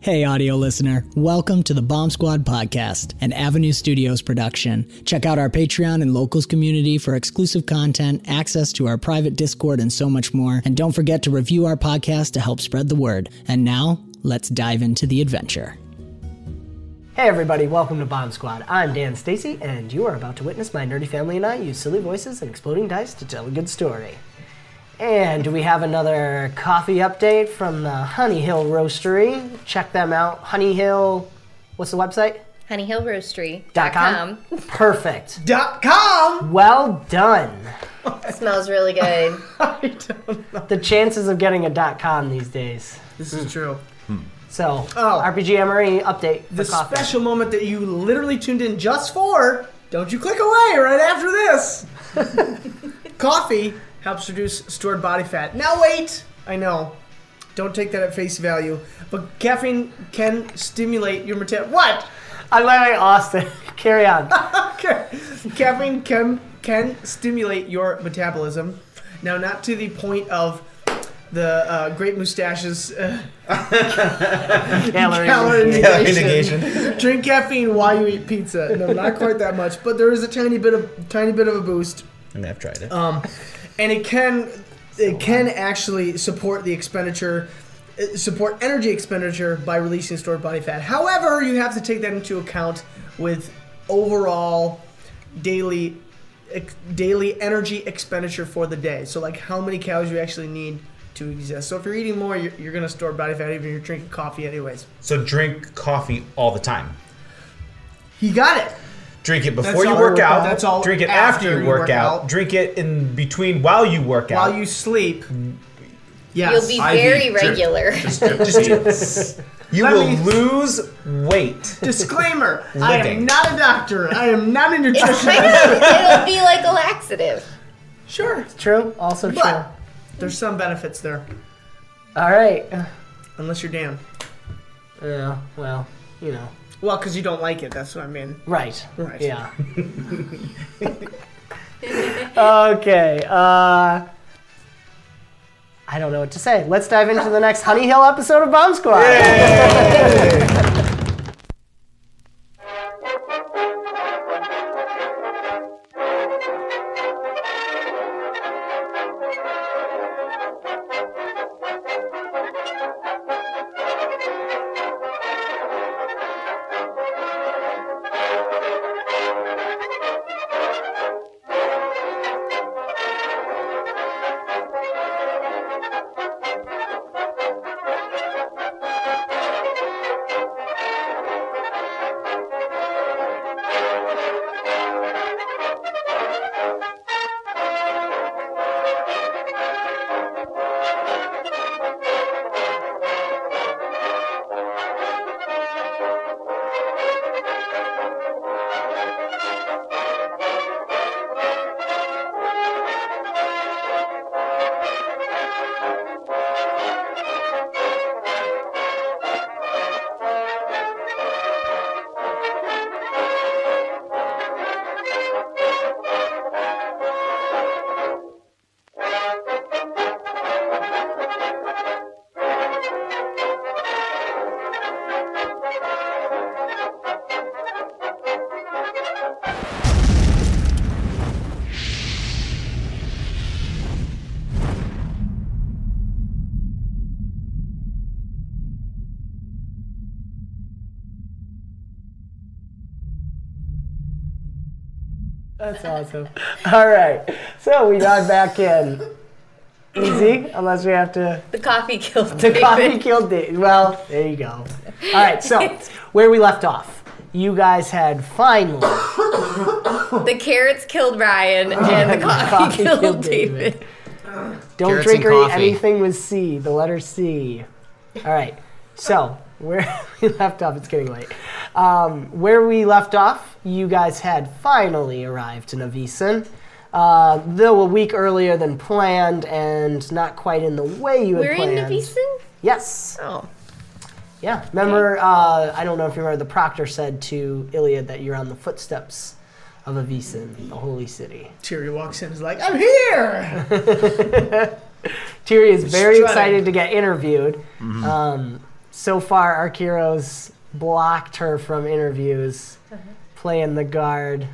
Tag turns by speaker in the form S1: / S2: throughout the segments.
S1: Hey, audio listener, welcome to the Bomb Squad podcast, an Avenue Studios production. Check out our Patreon and locals community for exclusive content, access to our private Discord, and so much more. And don't forget to review our podcast to help spread the word. And now, let's dive into the adventure.
S2: Hey everybody, welcome to Bomb Squad. I'm Dan Stacy, and you are about to witness my nerdy family and I use silly voices and exploding dice to tell a good story. And do we have another coffee update from the Honey Hill Roastery? Check them out. Honey Hill, what's the website?
S3: honeyhillroastery.com.
S2: Perfect.
S4: Dot com.
S2: Well done.
S3: Smells really good.
S4: I don't know.
S2: The chances of getting a dot com these days. Hmm.
S4: This is true.
S2: So,
S4: Oh.
S2: RPG Emery E update. for
S4: The
S2: coffee.
S4: special moment that you literally tuned in just for. Don't you click away right after this. Coffee helps reduce stored body fat. Now wait. I know. Don't take that at face value. But caffeine can stimulate your metabolism. What?
S2: I'm Larry Austin. Carry on.
S4: Okay. caffeine can can stimulate your metabolism. Now, not to the point of the uh, great mustaches. Uh,
S2: Calorie.
S4: calorie
S5: negation.
S4: Drink caffeine while you eat pizza. No, not quite that much, but there is a tiny bit of tiny bit of a boost,
S5: And I've tried
S4: Um,
S5: it.
S4: and it can it can actually support the expenditure uh, support energy expenditure by releasing stored body fat. However, you have to take that into account with overall daily ex- daily energy expenditure for the day. So like how many calories you actually need to exist. So if you're eating more, you're, you're going to store body fat even if you're drinking coffee anyways.
S5: so drink coffee all the time.
S4: He got it.
S5: Drink it before you
S4: all
S5: work
S4: work out.
S5: out.
S4: That's all
S5: Drink it after, you work, out. Drink it in between while you work out.
S4: While you sleep, yes.
S3: You'll be very regular.
S5: You
S4: Let
S5: will
S4: me-
S5: lose weight.
S4: Disclaimer: I am
S5: Living.
S4: not a doctor. I am not a
S3: It's
S4: nutritionist.
S3: kind of, it'll be like a laxative.
S4: sure,
S2: True. Also true.
S4: but there's some benefits there,
S2: All right.
S4: unless you're Dan.
S2: Yeah. Well, you know.
S4: Well, because you don't like it. That's what I mean.
S2: Right.
S4: Right.
S2: Yeah. okay. Uh, I don't know what to say. Let's dive into the next Honey Hill episode of Bomb Squad. That's awesome. All right. So we dive back in. Easy, unless we have to.
S3: The coffee killed
S2: The
S3: David.
S2: coffee killed David. Well, there you go. All right. So where we left off, you guys had finally
S3: The carrots killed Ryan, and the coffee,
S2: coffee
S3: killed,
S2: killed
S3: David.
S2: David. Don't
S6: Carrots and
S2: drink or eat
S6: coffee.
S2: anything with C, the letter C. All right. So, where we left off, it's getting late. Um, where we left off, you guys had finally arrived to Novisen, uh, though a week earlier than planned and not quite in the way you had
S3: We're in
S2: planned.
S3: Navison?
S2: Yes.
S3: Oh.
S2: Yeah. Remember, uh, I don't know if you remember, the proctor said to Iliad that you're on the footsteps of Avisen, the holy city.
S4: Tyrion walks in and is like, I'm here!
S2: Tyrion is very
S4: strutting.
S2: excited to get interviewed. Um, so far, Arkiro's blocked her from interviews, playing the guard.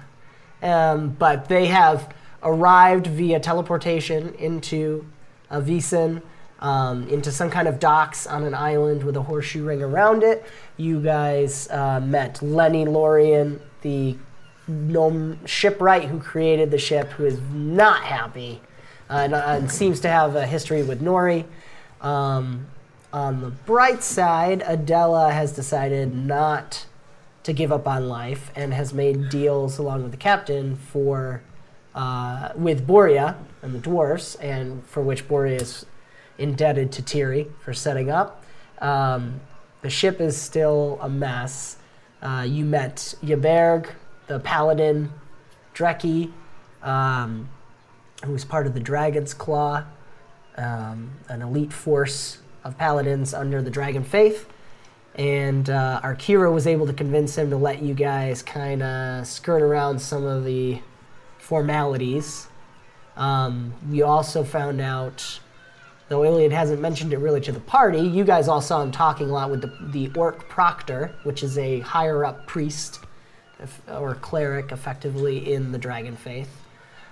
S2: Um, but they have arrived via teleportation into Avisen, um, into some kind of docks on an island with a horseshoe ring around it. You guys uh, met Lenny Lorien, the gnome shipwright who created the ship, who is not happy uh, and, and seems to have a history with Nori. Um, on the bright side, Adela has decided not to give up on life and has made deals along with the captain for uh, with Borea and the dwarfs, and for which Borea is indebted to Tiri for setting up. Um, the ship is still a mess. Uh, you met Yaberg, the paladin, Dreki, um, who was part of the Dragon's Claw, um, an elite force of paladins under the Dragon Faith. And uh, Arkira was able to convince him to let you guys kind of skirt around some of the formalities. Um, you also found out, though Iliad hasn't mentioned it really to the party, you guys all saw him talking a lot with the, the Orc Proctor, which is a higher up priest if- or cleric effectively in the Dragon Faith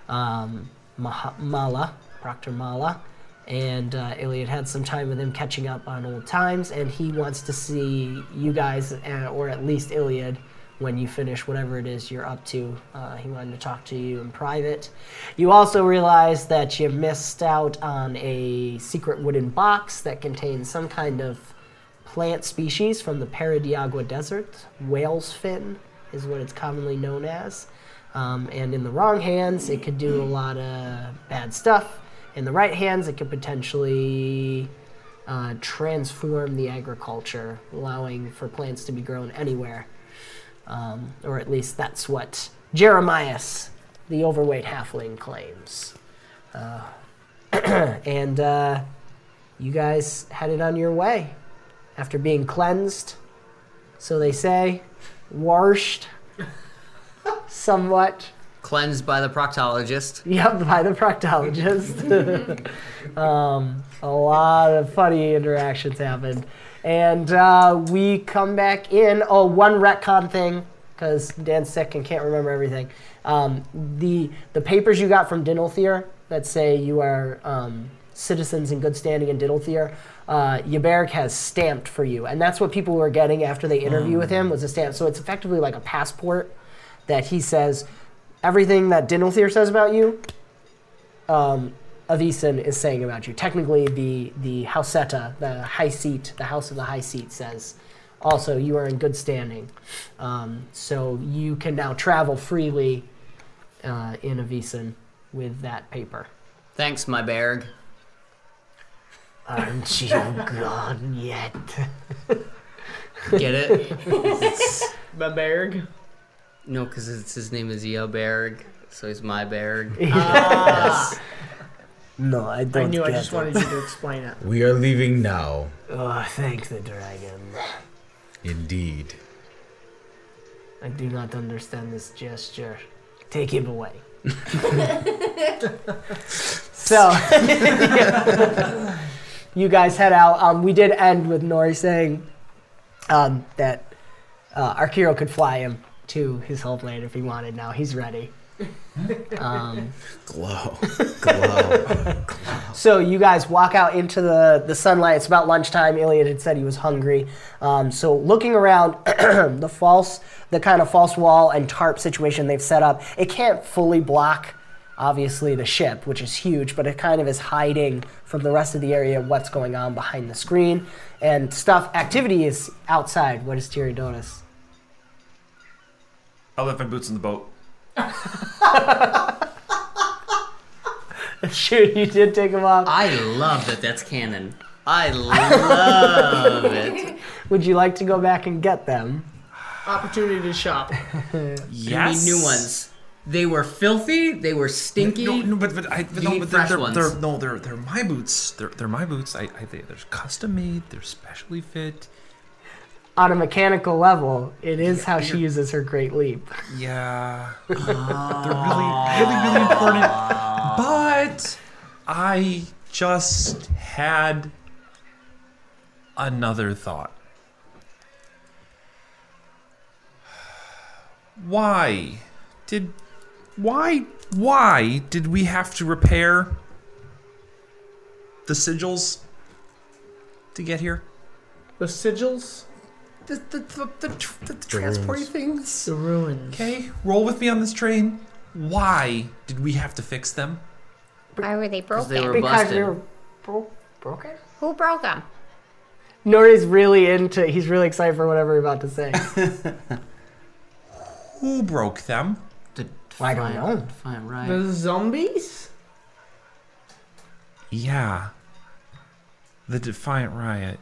S2: um, Maha- Mala, Proctor Mala, and uh, Iliad had some time with him catching up on old times, and he wants to see you guys, uh, or at least Iliad, when you finish whatever it is you're up to. Uh, he wanted to talk to you in private. You also realize that you missed out on a secret wooden box that contains some kind of plant species from the Paradiagua Desert. Whale's fin is what it's commonly known as. Um, and in the wrong hands, it could do a lot of bad stuff. In the right hands, it could potentially uh, transform the agriculture, allowing for plants to be grown anywhere. Um, or at least that's what Jeremias, the overweight halfling, claims. Uh, and uh, you guys headed on your way after being cleansed, so they say, washed somewhat.
S6: Cleansed by the proctologist.
S2: Yep, by the proctologist. um, a lot of funny interactions happened. And uh, we come back in. Oh, one retcon thing, because Dan's sick and can't remember everything. Um, the, the papers you got from Dinalthier that say you are um, citizens in good standing in Dinalthier, uh, Yaberg has stamped for you. And that's what people were getting after they interview with him was a stamp. So it's effectively like a passport that he says everything that Dinalthier says about you, um, Avison is saying about you. Technically, the the Houseta, the high seat, the house of the high seat says also you are in good standing. Um, so you can now travel freely uh, in Avison with that paper.
S6: Thanks, my Berg.
S2: Aren't you gone yet?
S6: Get it?
S4: My Berg.
S6: no, because his name is Eo Berg, so he's my Berg.
S7: Ah.
S2: No, I don't
S4: I knew, I
S2: get
S4: just
S2: it.
S4: wanted you to explain it.
S5: We are leaving now.
S2: Oh, thank the dragon.
S5: Indeed.
S2: I do not understand this gesture. Take him away.
S4: Um,
S2: so, you guys head out. Um, we did end with Nori saying um, that uh, Arkiro could fly him to his homeland if he wanted. Now he's ready. Um,
S8: Glow. Glow.
S2: So you guys walk out into the, the sunlight. It's about lunchtime. Iliad had said he was hungry. Um, so looking around, the false, the kind of false wall and tarp situation they've set up, it can't fully block, obviously, the ship, which is huge, but it kind of is hiding from the rest of the area what's going on behind the screen and stuff. Activity is outside. What does Tyrion notice?
S9: I left my boots in the boat.
S2: Sure, you did take him off.
S6: I love that that's canon. I love it.
S2: Would you like to go back and get them?
S4: Opportunity to shop.
S6: I
S9: Yes.
S6: mean, new ones. They were filthy. They were stinky.
S9: No, no, but but I but
S6: You
S9: no,
S6: need
S9: but they're,
S6: fresh
S9: they're,
S6: ones.
S9: they're no, they're they're my boots. They're they're my boots. I, I they, they're custom made. They're specially fit.
S2: On a mechanical level, it is how she uses her great leap.
S9: Yeah, they're really really really important. But I just had another thought. Why did why why did we have to repair the sigils to get here?
S4: The sigils,
S9: The the the, the, tr- the transporty things.
S4: the ruins.
S9: Okay, roll with me on this train. Why did we have to fix them?
S10: Why were they broken?
S6: they were
S2: Because
S6: busted.
S2: they're bro- broken?
S10: Who broke them?
S2: Nori's really into. He's really excited for whatever you're about to say.
S9: Who broke them?
S6: The-
S2: I don't know.
S6: Fine, right.
S4: The zombies?
S9: Yeah. The Defiant Riot.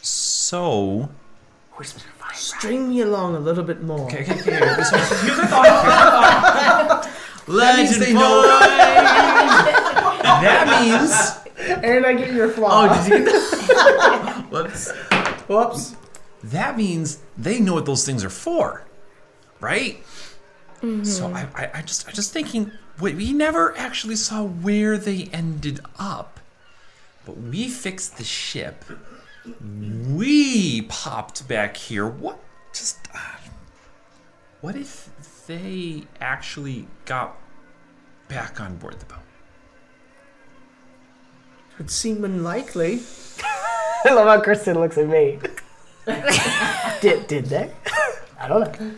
S9: So.
S4: String me along a little bit more.
S9: Okay, okay, okay. This one, here's a thought. Here's a thought.
S6: Legend
S9: they
S6: boy.
S9: That means
S4: And I get your flaw.
S6: oh, did you get that? Whoops.
S4: Whoops.
S9: that means they know what those things are for, right?
S2: Mm-hmm.
S9: So I, I, I just, I just thinking, we, we never actually saw where they ended up, but we fixed the ship. We popped back here. What? Just, uh, what if they actually got back on board the boat?
S4: Would seem unlikely.
S2: I love how Kristen looks at me. did, did they? I don't know.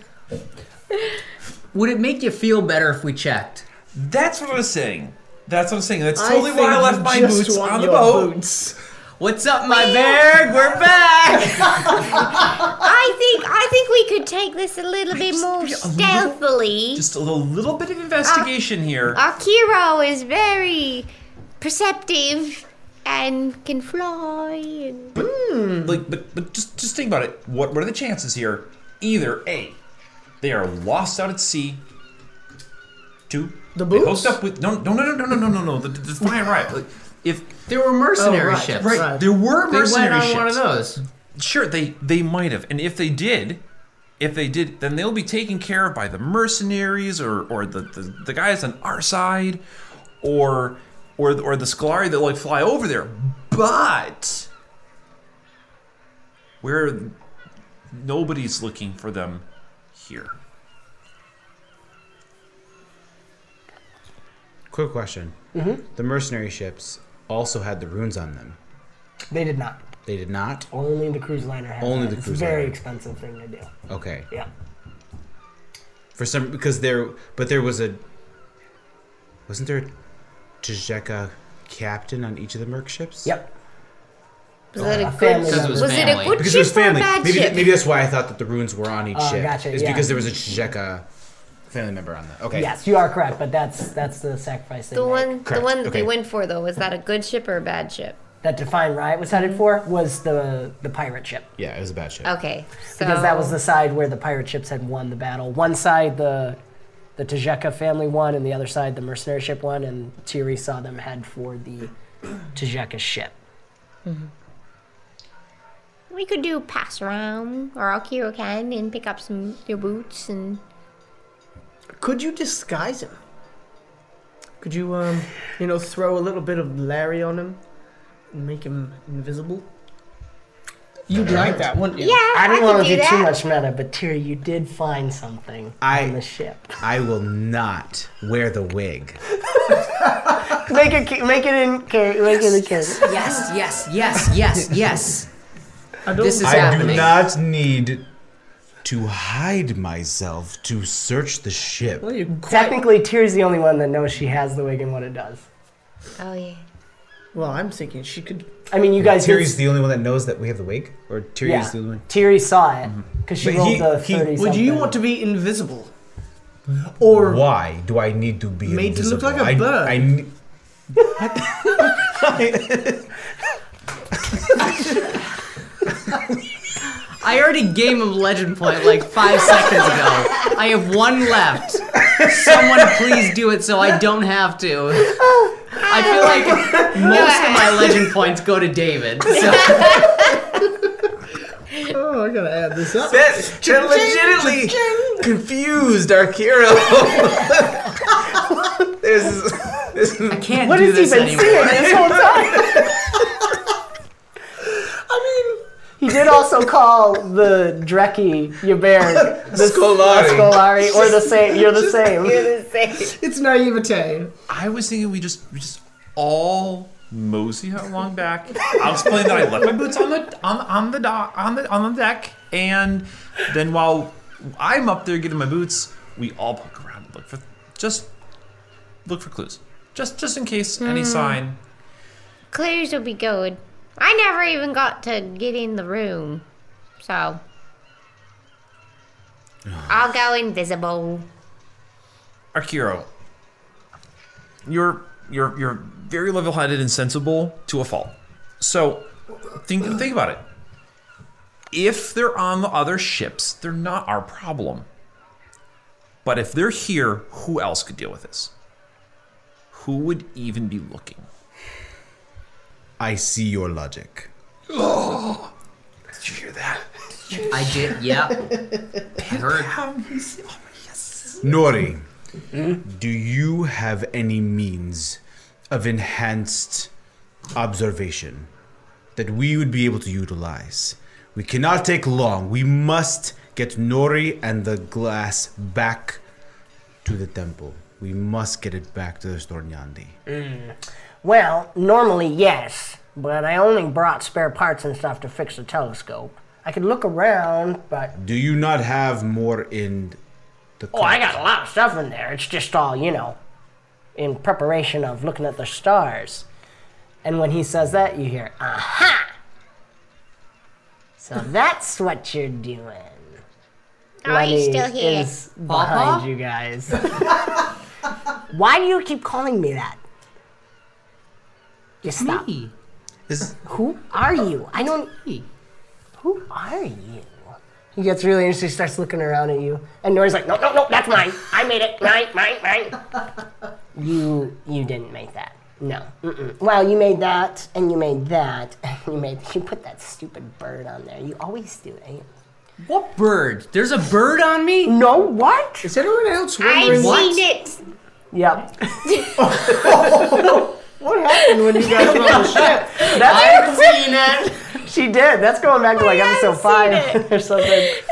S6: Would it make you feel better if we checked?
S9: That's what I was saying. That's what I'm saying. That's
S4: I
S9: totally why I
S4: think
S9: left
S4: you
S9: my
S4: just
S9: boots
S4: want
S9: on the
S4: your
S9: boat.
S4: boots.
S6: What's up, my bear? We're back.
S10: I think I think we could take this a little bit more
S9: a little-
S10: stealthily.
S9: Just a little, little bit
S10: Uh,
S9: of investigation here.
S10: Our hero is very perceptive and can fly. And...
S6: Hmm.
S9: like, but but just just think about it. What what are the chances here? Either a, they are lost out at sea. Two,
S4: The
S9: they
S4: boots?
S9: hooked up with no no no no no no no no the, the defiant riot. Like, if
S6: There were mercenary
S4: Oh, right,
S6: ships.
S9: right, there were
S6: They
S9: mercenary
S6: went on
S9: ships.
S6: one of those.
S9: Sure, they they might have, and if they did. If they did, then they'll be taken care of by the mercenaries or, or the, the, the guys on our side or or the- or the Scolari that like fly over there. But where nobody's looking for them here.
S8: Quick question.
S9: Mm-hmm.
S8: The mercenary ships also had the runes on them.
S2: They did not.
S8: They did not?
S2: Only the cruise liner has
S8: Only
S2: that.
S8: the
S2: it's
S8: cruise
S2: a very
S8: liner.
S2: expensive thing to do.
S8: Okay.
S2: Yeah.
S8: For some because there but there was a wasn't there a Tajeka captain on each of the merc ships?
S2: Yep.
S10: Was it a good?
S2: family member.
S6: was
S10: Was it a
S6: family.
S10: good
S8: Because it
S10: ship
S8: was family.
S10: or a bad
S8: Maybe,
S10: ship?
S8: maybe that's why I thought that the runes were on each
S2: Oh,
S8: ship.
S2: gotcha,
S8: is
S2: yeah.
S8: because there was a Tajeka family member on the Okay.
S2: Yes, you are correct, but that's that's the sacrifice they
S10: the
S2: made.
S10: one, the
S8: Correct,
S10: one that
S8: okay.
S10: they went for though, was that a good ship or a bad ship?
S2: that Define Riot was headed for was the the pirate ship.
S8: Yeah, it was a bad ship.
S10: Okay, so
S2: Because that was the side where the pirate ships had won the battle. One side the the Tajeka family won, and the other side the mercenary ship won, and Tiri saw them head for the Tajeka ship.
S10: we could do pass around, or our hero can, and pick up some your boots and
S4: Could you disguise him? Could you, um, you know, throw a little bit of Larry on him and make him invisible?
S2: You'd like that, wouldn't you?
S10: Yeah,
S2: I don't
S10: I
S2: want
S10: could
S2: to
S10: do
S2: do, too
S10: that.
S2: much meta, but Tyr, you did find something on the ship.
S8: I will not wear the wig.
S2: Make it, ca- make it in, ca- make it in yes,
S7: yes, yes, yes, yes, yes. This is
S8: I do
S7: happening.
S8: not need to hide myself to search the ship.
S2: Technically, Tyr's the only one that knows she has the wig and what it does.
S10: Oh yeah.
S4: Well, I'm thinking she could.
S2: I mean, you guys. did-
S8: Tyrion's the only one that knows that we have the wig, or Tyrion's
S2: yeah,
S8: the only one. Mm-hmm.
S2: Tyr saw it because she
S8: But
S2: rolled
S8: he-
S2: the
S8: he-
S2: thirty.
S4: Would you want to be invisible? Or
S8: why do I need to be
S4: Made to look
S8: invisible?
S4: like a
S8: I-
S4: bird.
S8: I ne-
S7: I already gave him legend point like five seconds ago. I have one left. Someone please do it so I don't have to. I feel like most of my legend points go to David. So
S4: Oh, I gotta add this up.
S9: That, that legitimately confused our hero. this is, this is, I
S7: can't
S2: What
S7: do
S2: has he
S7: this
S2: been
S7: anymore.
S2: seeing this whole time? He did also call the Dreki Yubert the
S9: Scolari.
S2: Scolari, or the same. You're the
S4: Just-
S2: same.
S4: you're
S2: the same.
S4: It's naivete.
S9: I was thinking we just we just all mosey along back. I'll explain that I left my boots on the on on the dock on the on the deck, and then while I'm up there getting my boots, we all poke around and look for just look for clues, just just in case any
S10: Hmm.
S9: sign.
S10: Clues will be good. I never even got to get in the room, so I'll go invisible.
S9: Arkiro, you're you're you're very level-headed and sensible to a fault. So think think about it. If they're on the other ships, they're not our problem. But if they're here, who else could deal with this? Who would even be looking?
S8: I see your logic.
S9: Oh, did you hear that?
S7: I did, yeah.
S8: Nori, do you have any means of enhanced observation that we would be able to utilize? We cannot take long. We must get Nori and the glass back to the temple. We must get it back to the Stornyandi.
S2: Mm. Well, normally yes, but I only brought spare parts and stuff to fix the telescope. I could look around, but
S8: Do you not have more in the
S2: Oh, I got a lot of stuff in there. It's just all, you know, in preparation of looking at the stars. And when he says that, you hear, aha! So that's what you're doing.
S10: Are you
S2: Lenny
S10: Oh, still here?
S2: Is
S10: Papa?
S2: behind you guys. Why do you keep calling me that? Just stop. Who are you? I don't. Who are you? He gets really interested, starts looking around at you, and Nori's like, no, no, no, that's mine. I made it. Mine, mine, mine. you, you didn't make that. No. Mm-mm. Well, you made that, and you made that, and you made. You put that stupid bird on there. You always do it.
S7: What bird? There's a bird on me?
S2: No, what?
S4: Is anyone else
S10: I've seen it.
S2: Yep.
S4: What happened when you guys were on the ship?
S2: That's She did. That's going back to like episode five or something.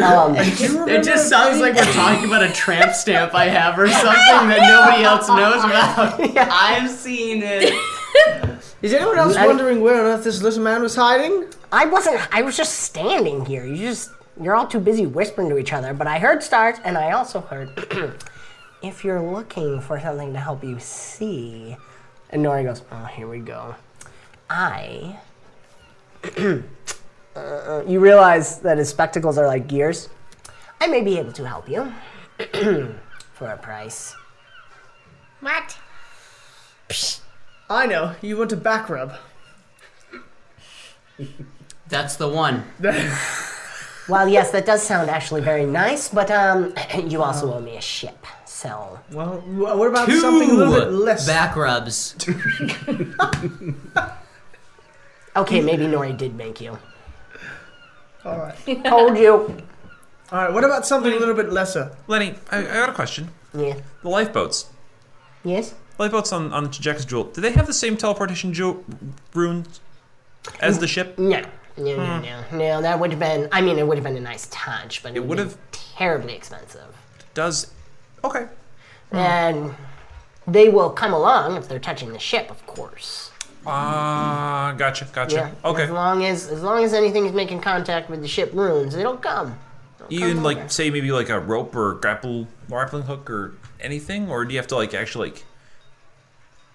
S2: Um,
S7: it just sounds like we're talking about a tramp stamp I have or something that nobody else knows about. I've seen it.
S4: Is anyone else
S2: I-
S4: wondering where on earth this little man was hiding?
S2: I wasn't. I was just standing here. You just. You're all too busy whispering to each other. But I heard stars, and I also heard. if you're looking for something to help you see, and Nori goes, "Oh, here we go." I. uh, you realize that his spectacles are like gears. I may be able to help you for a price.
S10: What?
S4: I know. You want a back rub.
S7: That's the one.
S2: Well, yes, that does sound actually very nice, but um, you also owe me a ship, so.
S4: Well, wh- what about something a little bit less?
S7: back rubs.
S2: Okay, maybe Nori did make you.
S4: All right.
S2: Told you.
S4: All right. What about something a little bit lesser?
S9: Lenny, I, I got a question.
S2: Yeah.
S9: The lifeboats.
S2: Yes.
S9: Lifeboats on on Jack's jewel. Do they have the same teleportation jewel runes as the ship?
S2: No. No,
S4: Hmm.
S2: no, no, no. That would have been. I mean, it would have been a nice touch, but it,
S9: It
S2: would have
S9: would've-
S2: terribly expensive.
S9: Does okay.
S4: Hmm.
S2: And they will come along if they're touching the ship, of course.
S9: Ah, gotcha, gotcha.
S2: Yeah.
S9: Okay.
S2: As long as as long as anything's making contact with the ship runes, it'll come.
S9: Even like say maybe like a rope or grapple grappling hook or anything, or do you have to like actually like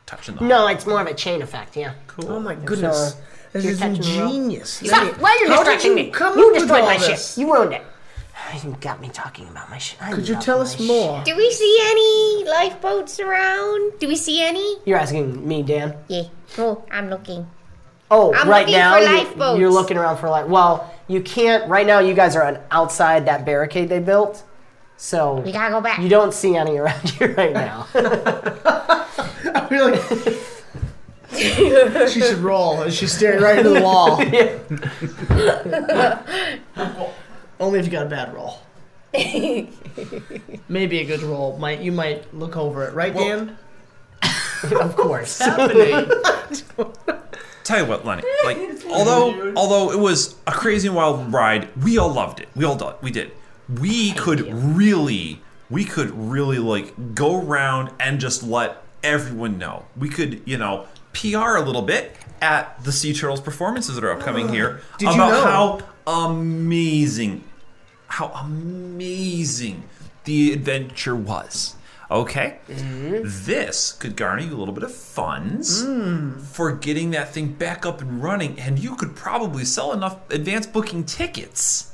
S9: touch in the
S2: No, it's more of a chain effect. Yeah.
S9: Cool.
S4: Oh my
S2: So,
S4: goodness.
S2: you're
S4: this is
S2: touching the rope.
S4: ingenious.
S2: Stop! Why are you
S4: How did
S2: distracting
S4: you
S2: me?
S4: come
S2: you
S4: up with
S2: destroyed
S4: all
S2: my
S4: this?
S2: ship. You ruined it. You got me talking about my ship.
S4: Could you tell us more?
S10: Do we see any lifeboats around? Do we see any?
S2: You're asking me, Dan.
S10: Yeah. Oh, I'm looking.
S2: Oh,
S10: I'm
S2: right
S10: looking
S2: now
S10: for
S2: you,
S10: lifeboats.
S2: you're looking around for life. Well, you can't. Right now, you guys are on outside that barricade they built, so
S10: We gotta go back.
S2: you don't see any around here right now.
S4: she should roll. as She's staring right into the wall. Only if you got a bad roll. Maybe a good roll. Might you might look over it, right, Dan?
S2: of course.
S9: happening? Tell you what, Lenny. Like, although although it was a crazy and wild ride, we all loved it. We all did. We did. We could really, we could really like go around and just let everyone know. We could, you know, PR a little bit at the Sea Turtles performances that are upcoming here
S4: Did you
S9: about
S4: know?
S9: how amazing, how amazing the adventure was. Okay,
S4: Mm-hmm.
S9: this could garner you a little bit of funds
S4: Mm.
S2: Hmm.
S9: for getting that thing back up and running, and you could probably sell enough advanced booking tickets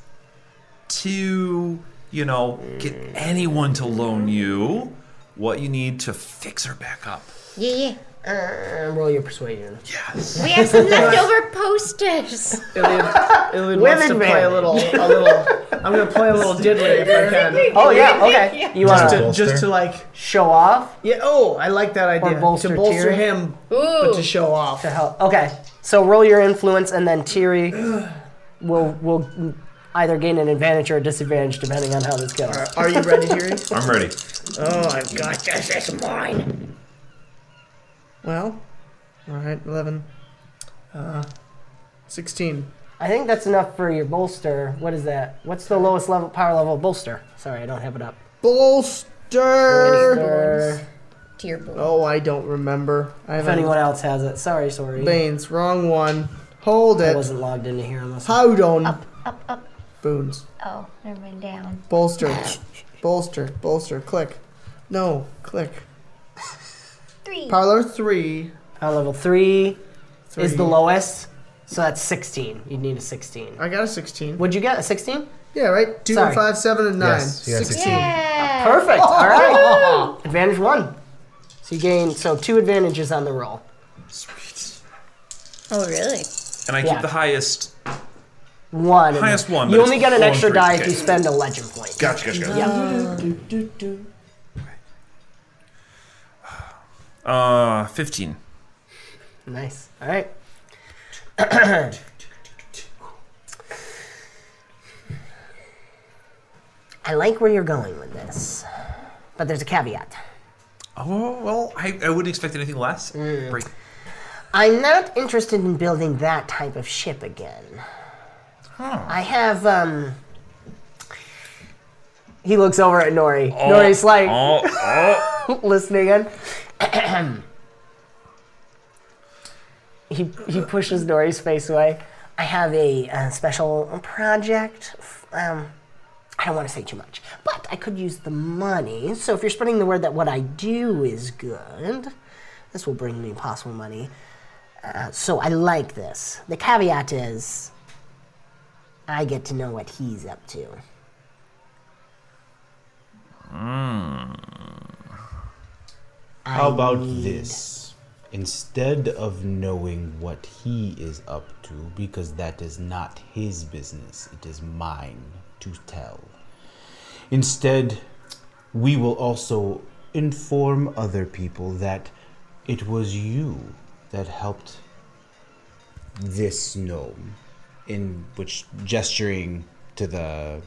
S9: to, you know, get anyone to loan you what you need to fix her back up.
S10: Yeah,
S4: Um,
S2: Uh, roll your persuasion.
S10: yeah. We have some leftover posters.
S4: Iliad wants to
S2: Women
S4: play a
S2: rally.
S4: little, a little. I'm gonna play a little diddly if I can.
S2: Oh yeah. Okay. You want
S4: just
S2: to
S4: to, just to like,
S2: show off
S4: yeah. Oh, I like that idea.
S2: or bolster,
S4: to bolster
S2: Tiri?
S4: him,
S10: Ooh.
S4: but to show off.
S2: to help? Okay. So roll your influence, and then Tiri will will either gain an advantage or a disadvantage depending on how this goes.
S4: Are you ready, Tiri?
S9: I'm ready.
S4: Oh, I've got this. It's mine. Well, all right, eleven, uh, sixteen.
S2: I think that's enough for your bolster. What is that? What's the lowest level power level of bolster? Sorry, I don't have it up.
S4: Bolster.
S2: Bolster.
S10: Dear boy.
S4: Oh, I don't remember. I
S2: If
S4: haven't.
S2: anyone else has it, sorry, sorry.
S4: Banes, wrong one. Hold
S2: I
S4: it.
S2: wasn't logged into here unless.
S4: Hold on.
S10: Up, up.
S4: Boons.
S10: Oh, never mind. Down.
S4: Bolster. bolster. Bolster. Click. No. Click.
S10: Three.
S4: Parlor three.
S2: Power level three, is the
S4: Three.
S2: lowest, so that's 16. You'd need a 16.
S4: I got a sixteen.
S2: What'd you get? A 16?
S4: Yeah, right. Two,
S2: Sorry.
S4: five, seven, and nine.
S8: Yes, you got 16.
S10: Yeah.
S2: Perfect. All right. Advantage one. So you gain so two advantages on the roll.
S10: Oh, really?
S9: And I
S2: Yeah.
S9: keep the highest.
S2: One.
S9: Highest one,
S2: You
S9: but
S2: only
S9: it's
S2: get an
S9: four and
S2: extra
S9: three.
S2: die if
S9: Okay.
S2: you spend a legend point.
S9: Gotcha, gotcha, gotcha. Uh, 15.
S2: Nice. All right. I like where you're going with this, but there's a caveat.
S9: Oh, well, I, I wouldn't expect anything less.
S2: Mm.
S9: Break.
S2: I'm not interested in building that type of ship again. I have, um. He looks over at Nori. Nori's like,
S9: Oh, oh.
S2: listening in. he, he pushes Nori's face away. I have a, uh special project. f- Um, I don't want to say too much, but I could use the money. So if you're spreading the word that what I do is good, this will bring me possible money. Uh, so I like this. The caveat is I get to know what he's up to.
S8: How about this? Instead of knowing what he is up to, because that is not his business, it is mine to tell. Instead, we will also inform other people that it was you that helped this gnome, in which gesturing to the.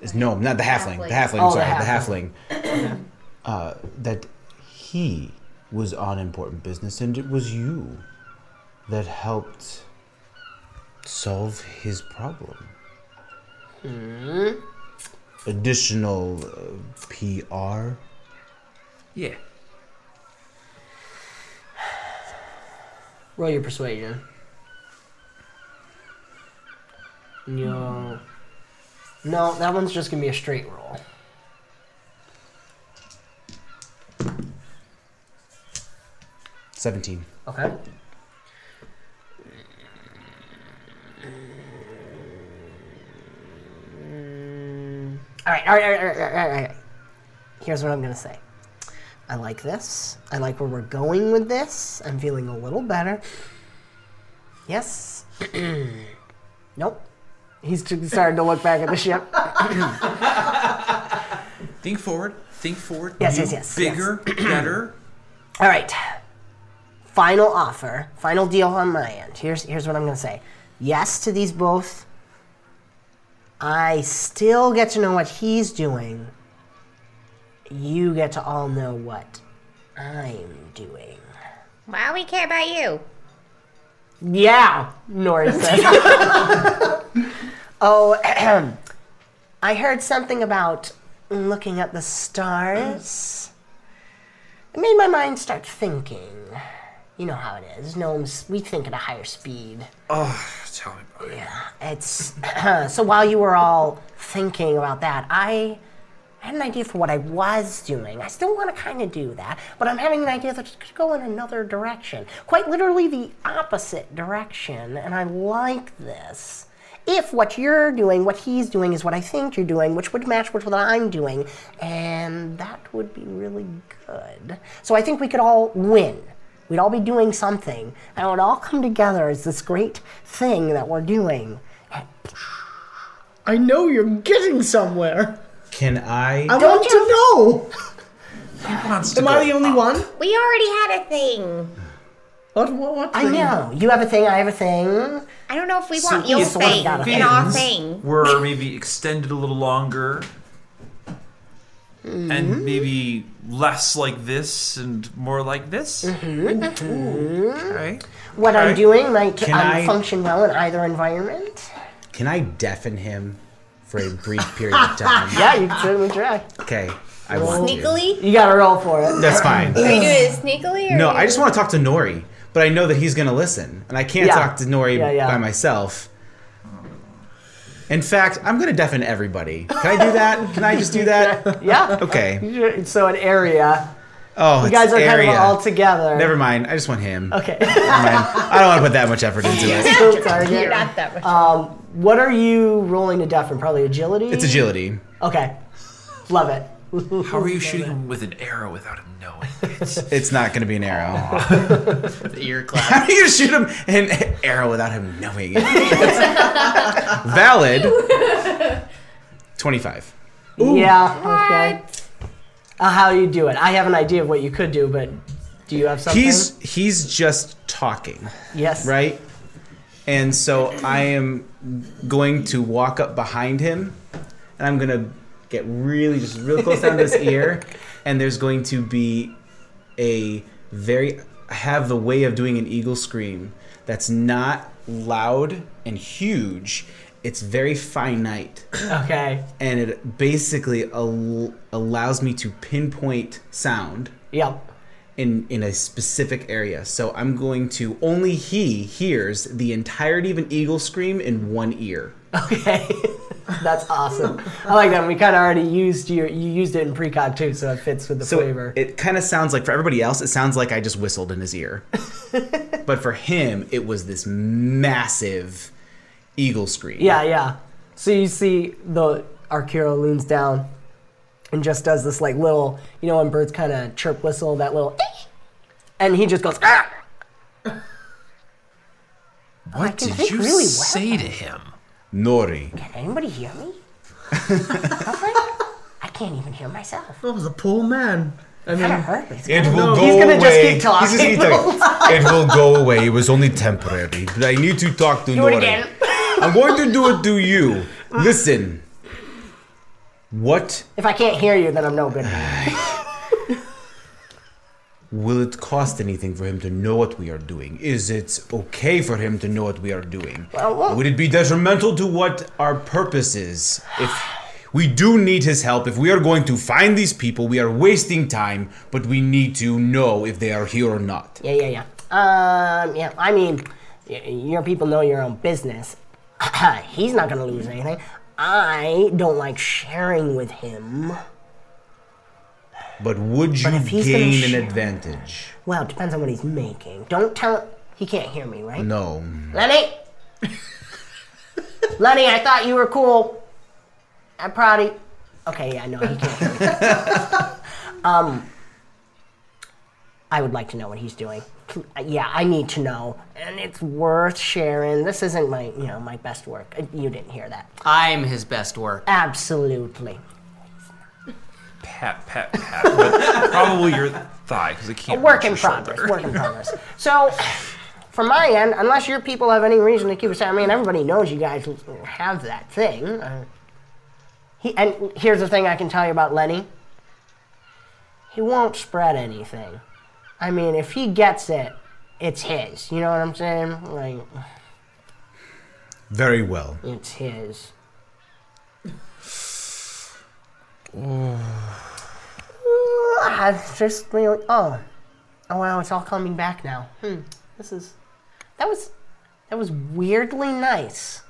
S8: Is gnome, not the halfling. The halfling,
S2: Oh, the
S8: sorry,
S2: halfling.
S8: the halfling uh, that he was on important business and it was you that helped solve his problem.
S6: Hmm.
S2: Mm.
S8: Additional uh, PR.
S6: Yeah.
S2: Roll your persuasion. No. No, that one's just gonna be a straight roll.
S8: Seventeen.
S2: Okay. All right, all right, all right, all right, all right, all right. Here's what I'm gonna say. I like this. I like where we're going with this. I'm feeling a little better. Yes. nope. He's t- starting to look back at the ship.
S9: Think forward. Think forward.
S2: Yes,
S9: new,
S2: yes, yes,
S9: Bigger, better.
S2: All right. Final offer. Final deal on my end. Here's here's what I'm gonna say. Yes to these both. I still get to know what he's doing. You get to all know what I'm doing.
S10: Why we care about you?
S2: Yeah, Nori said. oh, ahem. I heard something about looking at the stars. It made my mind start thinking. You know how it is. Gnomes, we think at a higher speed.
S9: Oh, tell me about it.
S2: Yeah. It's so while you were all thinking about that, I had an idea for what I was doing. I still want to kind of do that, but I'm having an idea that it could go in another direction. Quite literally the opposite direction, and I like this. If what you're doing, what he's doing, is what I think you're doing, which would match with what I'm doing, and that would be really good. So I think we could all win. We'd all be doing something, and it would all come together as this great thing that we're doing.
S4: I know you're getting somewhere.
S8: Can I?
S4: I want to know. Am I the only one?
S10: We already had a thing.
S4: What? What? what
S2: I know. You have a thing, I have a thing.
S10: I don't know if we
S2: So
S10: want your
S2: it's like
S10: thing
S2: that
S10: and our
S9: Fins
S10: thing.
S9: Were maybe extended a little longer.
S2: Mm-hmm.
S9: And maybe less like this and more like this. Okay.
S2: Hmm? What I'm
S9: Okay.
S2: doing might
S8: Can
S2: um,
S8: I-
S2: function well in either environment.
S8: Can I deafen him for a brief period of time?
S2: yeah, you can certainly try.
S8: Okay, I want to.
S3: Sneakily?
S2: You gotta roll for it.
S8: That's fine.
S3: Are you doing it sneakily? Or
S8: No,
S3: are you-
S8: I just want to talk to Nori, but I know that he's going to listen, and I can't
S3: Yeah.
S8: talk to Nori
S3: Yeah, yeah.
S8: by myself. In fact, I'm going to deafen everybody. Can I do that? Can I just do that?
S2: yeah.
S8: Okay.
S2: You're- So an area.
S8: Oh,
S2: you
S8: it's
S2: guys are
S8: area.
S2: kind of all together.
S8: Never mind. I just want him.
S2: Okay.
S8: Never mind. I don't want to put that much effort into it.
S2: You're not that much. Um, what are you rolling to deafen? Probably agility.
S8: It's agility.
S2: Okay. Love it.
S9: How are you shooting him with an arrow without him knowing?
S8: It's not going to be an arrow.
S6: Ear
S8: How do you shoot him an arrow without him knowing it? Valid. 25.
S2: Yeah. Okay. Uh, how you do it? I have an idea of what you could do, but do you have something?
S8: He's he's just talking.
S2: Yes.
S8: Right? And so I am going to walk up behind him and I'm gonna get really just real close down to his ear and there's going to be a very I have the way of doing an eagle scream that's not loud and huge. It's very finite
S2: Okay.
S8: and it basically al- allows me to pinpoint sound
S2: Yep.
S8: in in a specific area so i'm going to only he hears the entirety of an eagle scream in one ear
S2: That's awesome. I like that. And we kind of already used your you used it in precog too, so it fits with the
S8: so
S2: flavor.
S8: it, kind of sounds like for everybody else it sounds like i just whistled in his ear but for him it was this massive eagle scream
S2: Yeah, yeah. So you see the Arcuro leans down and just does this like little, you know, when birds kind of chirp whistle, that little, and he just goes. "Ah!"
S9: What
S2: can
S9: did
S2: think
S9: you
S2: really well.
S9: say to him?
S8: nori
S2: Can anybody hear me? I can't even hear myself.
S4: That was a poor man. I mean,
S8: It
S4: No.
S8: will go
S4: He's gonna
S8: away.
S4: just keep talking.
S8: He's just keep talking. it will go away. It was only temporary. But I need to talk to
S4: Do it
S8: Nori.
S4: again.
S8: I'm going to do it to you. Listen. What
S2: If I can't hear you, then I'm no good.
S8: Will it cost anything for him to know what we are doing? Is it okay for him to know what we are doing?
S4: Well, well-
S8: Would it be detrimental to what our purpose is? If we do need his help, if we are going to find these people, we are wasting time, but we need to know if they are here or not.
S2: Yeah, yeah, yeah. Um, yeah. I mean, y- your people know your own business. He's not gonna lose anything. I don't like sharing with him.
S8: But would you
S2: if he's gonna
S8: gain an
S2: share-
S8: advantage?
S2: Well, it depends on what he's making. Don't tell. He can't hear me, right?
S8: No.
S2: Lenny. Lenny, I thought you were cool. I'm proud of you. Okay, yeah, no, he can't hear me. um, I would like to know what he's doing. Pl- Yeah, I need to know, and it's worth sharing. This isn't my, you know, my best work. Uh, You didn't hear that.
S7: I'm his best work.
S2: Absolutely.
S9: Pat, pat, pat. but probably your thigh, because it
S2: A
S9: can't.
S2: work in progress. Work in progress. So, from my end, unless your people have any reason to keep us, I mean, everybody knows you guys have that thing. Uh, he, and here's the thing I can tell you about Lenny. He won't spread anything. I mean, if he gets it, it's his. You know what I'm saying? Like,
S8: Very well.
S2: it's his. Ah, it's just really. Oh, oh wow! It's all coming back now. Hmm. This is. That was. That was weirdly nice.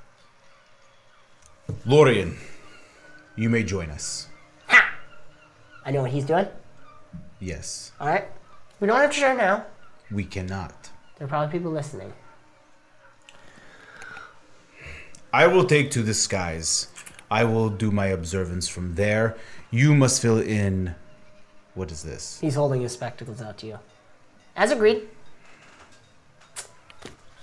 S8: Lorian, you may join us.
S2: I know what he's doing.
S8: Yes,
S2: All right. We don't have to share now.
S8: we cannot.
S2: There are probably people listening.
S8: I will take to the skies. I will do my observance from there. You must fill in. What is this?
S2: He's holding his spectacles out to you. As agreed,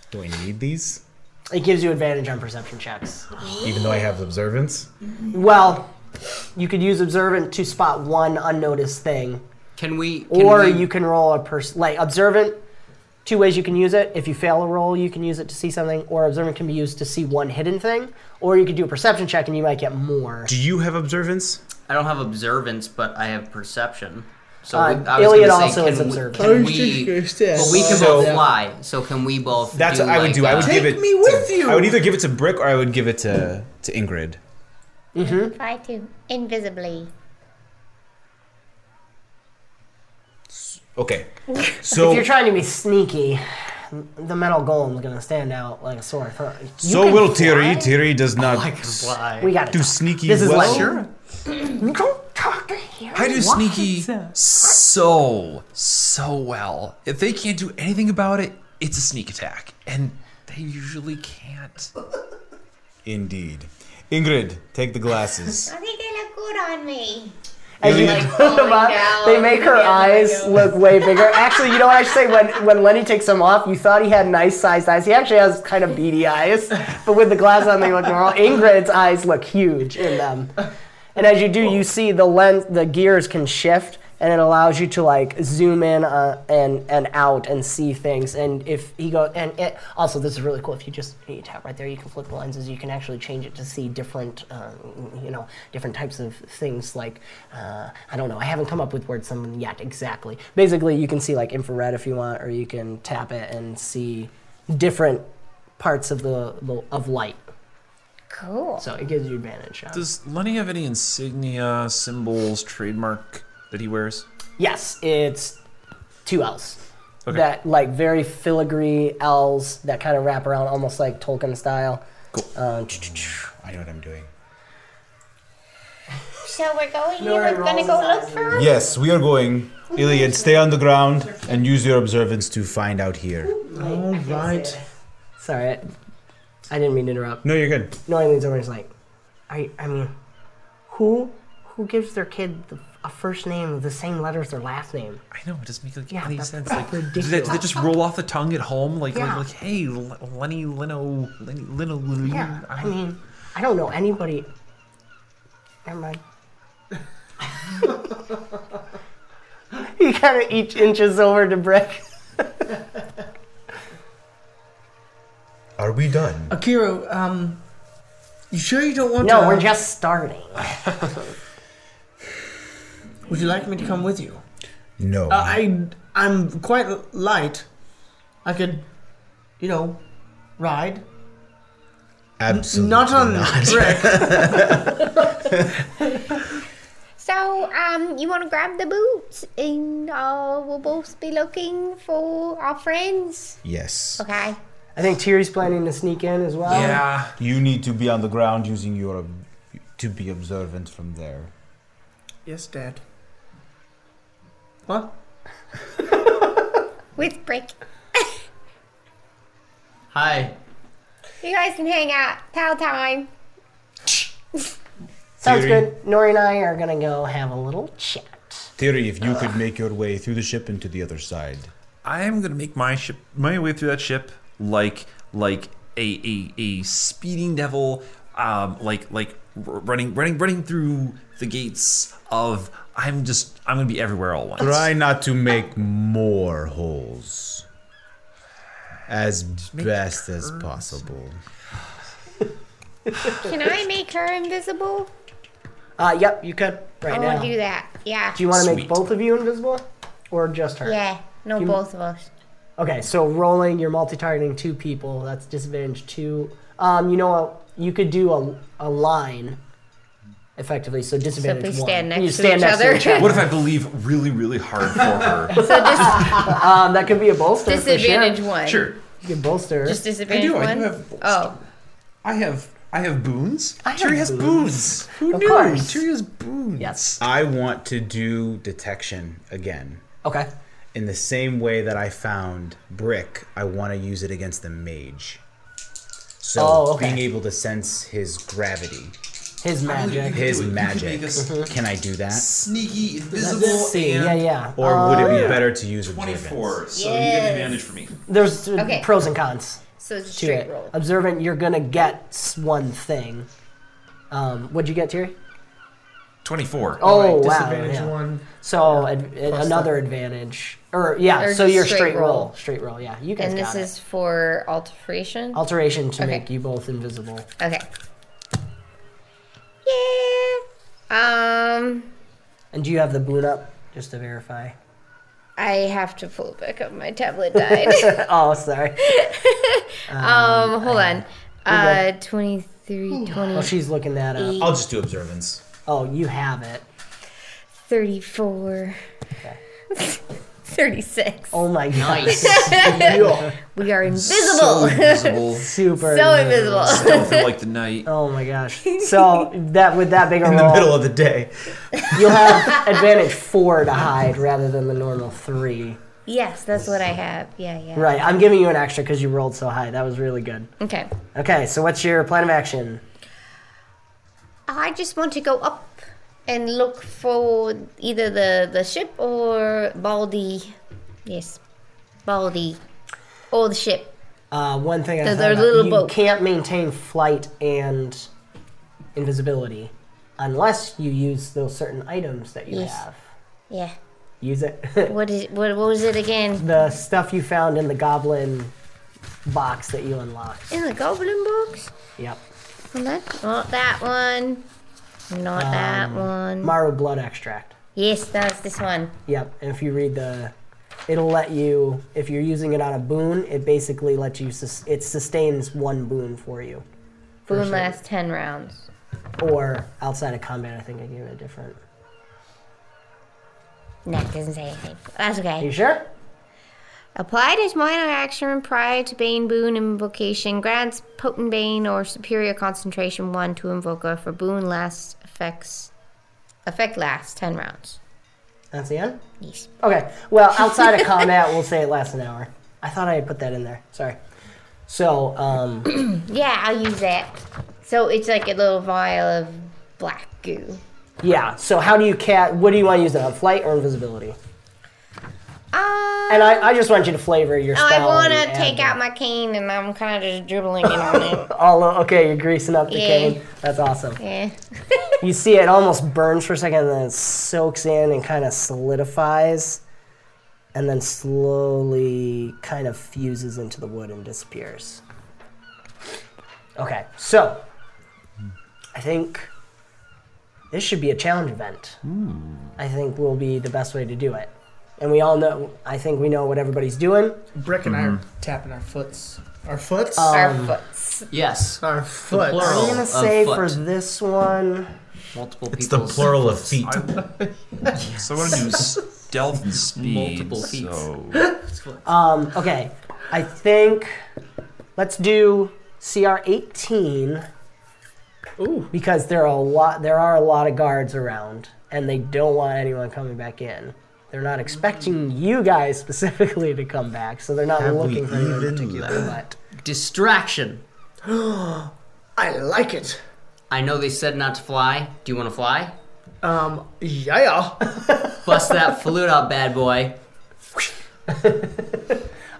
S8: Do I need these?
S2: it gives you advantage on perception checks.
S8: Even though I have observance?
S2: Well, you could use observant to spot one unnoticed thing.
S7: Can we? Can
S2: Or
S7: we-
S2: you can roll a person like observant. Two ways you can use it. If you fail a roll, you can use it to see something, or observant can be used to see one hidden thing, or you could do a perception check and you might get more.
S8: Do you have observance?
S6: I don't have observance, but I have perception. So
S2: Uh,
S6: we- I was
S2: Iliad
S6: gonna say,
S2: also
S6: can
S2: is
S6: we-
S2: observant.
S6: can
S2: Oh, you
S6: we,
S2: should go upstairs.
S6: but we can
S2: So-
S6: both fly, so can we both?
S8: That's
S6: do
S8: what I would
S6: like
S8: do. I would
S6: a-
S8: give it. with you. I would either give it to Brick or I would give it to to Ingrid.
S2: Mm-hmm.
S4: Mm-hmm.
S10: Try to invisibly.
S8: Okay. So
S2: if you're trying to be sneaky, the metal golem's gonna stand out like a sore throat. You
S8: so
S2: can
S8: will
S2: fly. Oh,
S8: Tiri. Tiri does not. I can
S2: fly. We gotta
S8: do
S2: talk.
S8: sneaky.
S2: This is
S8: well.
S2: like- Sure. Don't talk to him.
S9: I do sneaky so, so well. If they can't do anything about it, it's a sneak attack. And they usually can't.
S8: Indeed. Ingrid, take the glasses.
S10: I think they look good on me.
S2: As you
S8: Iliad-
S2: pull them up, they make her eyes look way bigger. Actually, you know what I should say? When when Lenny takes them off, you thought he had nice sized eyes. He actually has kind of beady eyes, but with the glass on, they look normal. Ingrid's eyes look huge in them. And as you do, you see the lens, the gears can shift, and it allows you to like zoom in uh, and and out and see things. And if he goes, and it, also this is really cool. If you just you tap right there, you can flip the lenses. You can actually change it to see different, uh, you know, different types of things. Like uh, I don't know, I haven't come up with words some yet exactly. Basically, you can see like infrared if you want, or you can tap it and see different parts of the, the of light.
S10: Cool.
S2: So it gives you advantage. on-
S9: Does Lenny have any insignia, symbols, trademark that he wears?
S2: Yes, it's two L's. That like very filigree L's that kind of wrap around almost like Tolkien style. Cool. Um,
S8: I know what I'm doing.
S10: So we're going. we're gonna go look for. him?
S8: Yes, we are going. Iliad, stay on the ground and use your observance to find out here.
S2: All right. Sorry, I didn't mean to interrupt.
S8: No, you're good.
S2: No, I leans over and is like, I, I mean, who who gives their kid the, a first name of the same letter as their last name?
S9: I know, it doesn't make like,
S2: Yeah,
S9: any
S2: that's
S9: sense. Like, do they, do
S2: ridiculous.
S9: they just roll off the tongue at home? Like,
S2: Yeah.
S9: like, like hey, L- Lenny, Lino, Lenny, Lino, Lino.
S2: Yeah, I mean, I don't know anybody. Never mind. he kind of each inches over to Brick.
S8: Are we done?
S4: Akira, um, you sure you don't want
S2: no,
S4: to? uh,
S2: we're just starting.
S4: Would you like me to come with you?
S8: No.
S4: Uh, I I'm quite l- light. I could, you know, ride.
S8: Absolutely
S4: not on
S10: So, um, you want to grab the boots, and uh, we'll both be looking for our friends.
S8: Yes.
S10: Okay.
S2: I think Tiri's planning to sneak in as well.
S8: You need to be on the ground using your ob- to be observant from there.
S4: Yes, Dad. What?
S10: With Brick.
S7: Hi.
S10: You guys can hang out. Pal time.
S2: Sounds
S8: Tiri.
S2: good. Nori and I are gonna go have a little chat.
S8: Theory, if you could make your way through the ship and to the other side.
S9: I am gonna make my ship my way through that ship like like a a, a speeding devil, um, like like r- running running running through the gates of. I'm just I'm gonna be everywhere all at once.
S8: Try not to make more holes. As best as possible.
S10: Can I make her invisible?
S2: Uh, yep, you could right
S10: I
S2: now.
S10: will do that. Yeah.
S2: Do you want to make both of you invisible, or just her?
S10: Yeah. No,
S2: You-
S10: both of us.
S2: Okay, so rolling, you're multi-targeting two people. That's disadvantage two. Um, you know what? You could do a, a line, effectively. So disadvantage
S10: we
S2: one.
S10: stand next
S2: you
S10: to
S2: stand
S10: each
S2: next
S10: other?
S2: To each other.
S9: What if I believe really really hard for her?
S10: So just
S2: um, that could be a bolster. for sure.
S10: Disadvantage one. Sure.
S2: You can bolster.
S10: just disadvantage one. oh.
S9: I have I have boons.
S10: I have
S9: Tiri has boons. Who
S10: Of
S9: knew?
S10: course.
S9: Tiri has boons. Yes.
S8: I want to do detection again.
S2: Okay.
S8: In the same way that I found Brick, I want to use it against the mage. So
S2: Oh, okay.
S8: being able to sense his gravity.
S2: His magic.
S8: His
S2: You can
S8: magic.
S2: make us-
S8: Can I do that?
S9: Sneaky,
S2: Let's see. Yeah, yeah.
S8: Or
S2: Uh,
S8: would it be better to use observance?
S9: 24, so
S10: you get Yes.
S9: advantage for me.
S2: There's uh,
S10: Okay.
S2: pros and cons.
S10: So it's a
S2: to
S10: straight
S2: it.
S10: roll.
S2: Observant, you're gonna get s- one thing. Um, what'd you get, Terry?
S9: Twenty four.
S2: Oh
S4: Right,
S2: wow!
S4: disadvantage
S2: yeah.
S4: one.
S2: So ad-
S4: Plus
S2: another advantage, or yeah.
S10: Or
S2: so
S10: just
S2: you're
S10: straight
S2: straight, roll.
S10: roll.
S2: straight roll. Yeah, you guys
S10: And
S2: got
S10: this
S2: it.
S10: is for alteration.
S2: Alteration to
S10: Okay.
S2: make you both invisible.
S10: Okay. Yeah. Um,
S2: And do you have the boot up? Just to verify.
S10: I have to pull it back up. My tablet died.
S2: oh, sorry.
S10: um, hold on.
S2: you're
S10: Uh, 23, 20,
S2: Well, Oh, she's looking that up.
S8: I'll just do observance.
S2: Oh, you have it.
S10: 34, 36.
S2: Oh my god.
S10: Nice. we are invisible.
S2: Super.
S10: So invisible.
S9: Stealthy like the night.
S2: Oh my gosh. So that with that bigger
S8: In
S2: roll,
S8: the middle of the day.
S2: you'll have advantage four to hide rather than the normal three.
S10: Yes, that's what I have. Yeah, yeah.
S2: Right. I'm giving you an extra because you rolled so high. That was really good.
S10: Okay.
S2: Okay. So what's your plan of action?
S10: I just want to go up and look for either the, the ship or Baldy. Yes, Baldy. Or the ship.
S2: Uh, one thing I
S10: The-
S2: thought
S10: their
S2: about,
S10: little
S2: you
S10: boat.
S2: can't maintain flight and invisibility unless you use those certain items that you
S10: Yes.
S2: have.
S10: Yeah.
S2: Use it.
S10: What is what, what was it again?
S2: the stuff you found in the goblin box that you unlocked.
S10: In the goblin box?
S2: Yep.
S10: Well, that, not that one. Not Oh,
S2: Um,
S10: that one.
S2: Maru blood extract.
S10: yes, that's this one.
S2: Yep. And if you read the, it'll let you. If you're using it on a boon, it basically lets you. Sus- it sustains one boon for you,
S10: Boon lasts 10 rounds.
S2: or outside of combat. I think I gave it a different.
S10: No, it doesn't say anything. That's okay.
S2: Are you sure?
S10: Applied as minor action prior to Bane Boon invocation grants potent Bane or superior concentration one to invoker for Boon last effects effect lasts ten rounds.
S2: That's the end.
S10: Yes.
S2: Okay. Well, outside of combat, we'll say it lasts an hour. I thought I had put that in there. Sorry. So, um,
S10: Yeah, I'll use that. So it's like a little vial of black goo.
S2: yeah. So, how do you cat? What do you want to use that on? Flight or invisibility?
S10: Uh,
S2: And I, I just want you to flavor your spell.
S10: Oh, I want
S2: and
S10: to
S2: add
S10: take
S2: that.
S10: out my cane, and I'm kind of just dribbling it on it.
S2: All o- okay, you're greasing up the
S10: Yeah.
S2: cane. That's awesome.
S10: Yeah.
S2: You see it almost burns for a second, and then it soaks in and kind of solidifies, and then slowly kind of fuses into the wood and disappears. Okay, so I think Hmm. this should be a challenge event. I think will be the best way to do it. and we all know. I think we know what everybody's doing.
S4: Brick and I are
S7: Mm-hmm.
S4: tapping our foots. Our foots.
S2: Um,
S4: foot.
S7: Yes.
S4: Our foots.
S2: I'm gonna say for this one.
S7: Multiple
S5: It's the plural of feet.
S9: So I want to do stealth and speed.
S2: Multiple feats.
S9: So
S2: Um, okay, I think let's do CR eighteen. Ooh. Because there are a lot there are a lot of guards around and they don't want anyone coming back in. They're not expecting you guys specifically to come back, so they're not
S7: Have we
S2: looking for anyone in
S7: even
S2: particular. But
S7: Distraction.
S4: I like it.
S7: I know they said not to fly. Do you want to fly?
S4: Um, yeah.
S7: Bust that flute up, bad boy.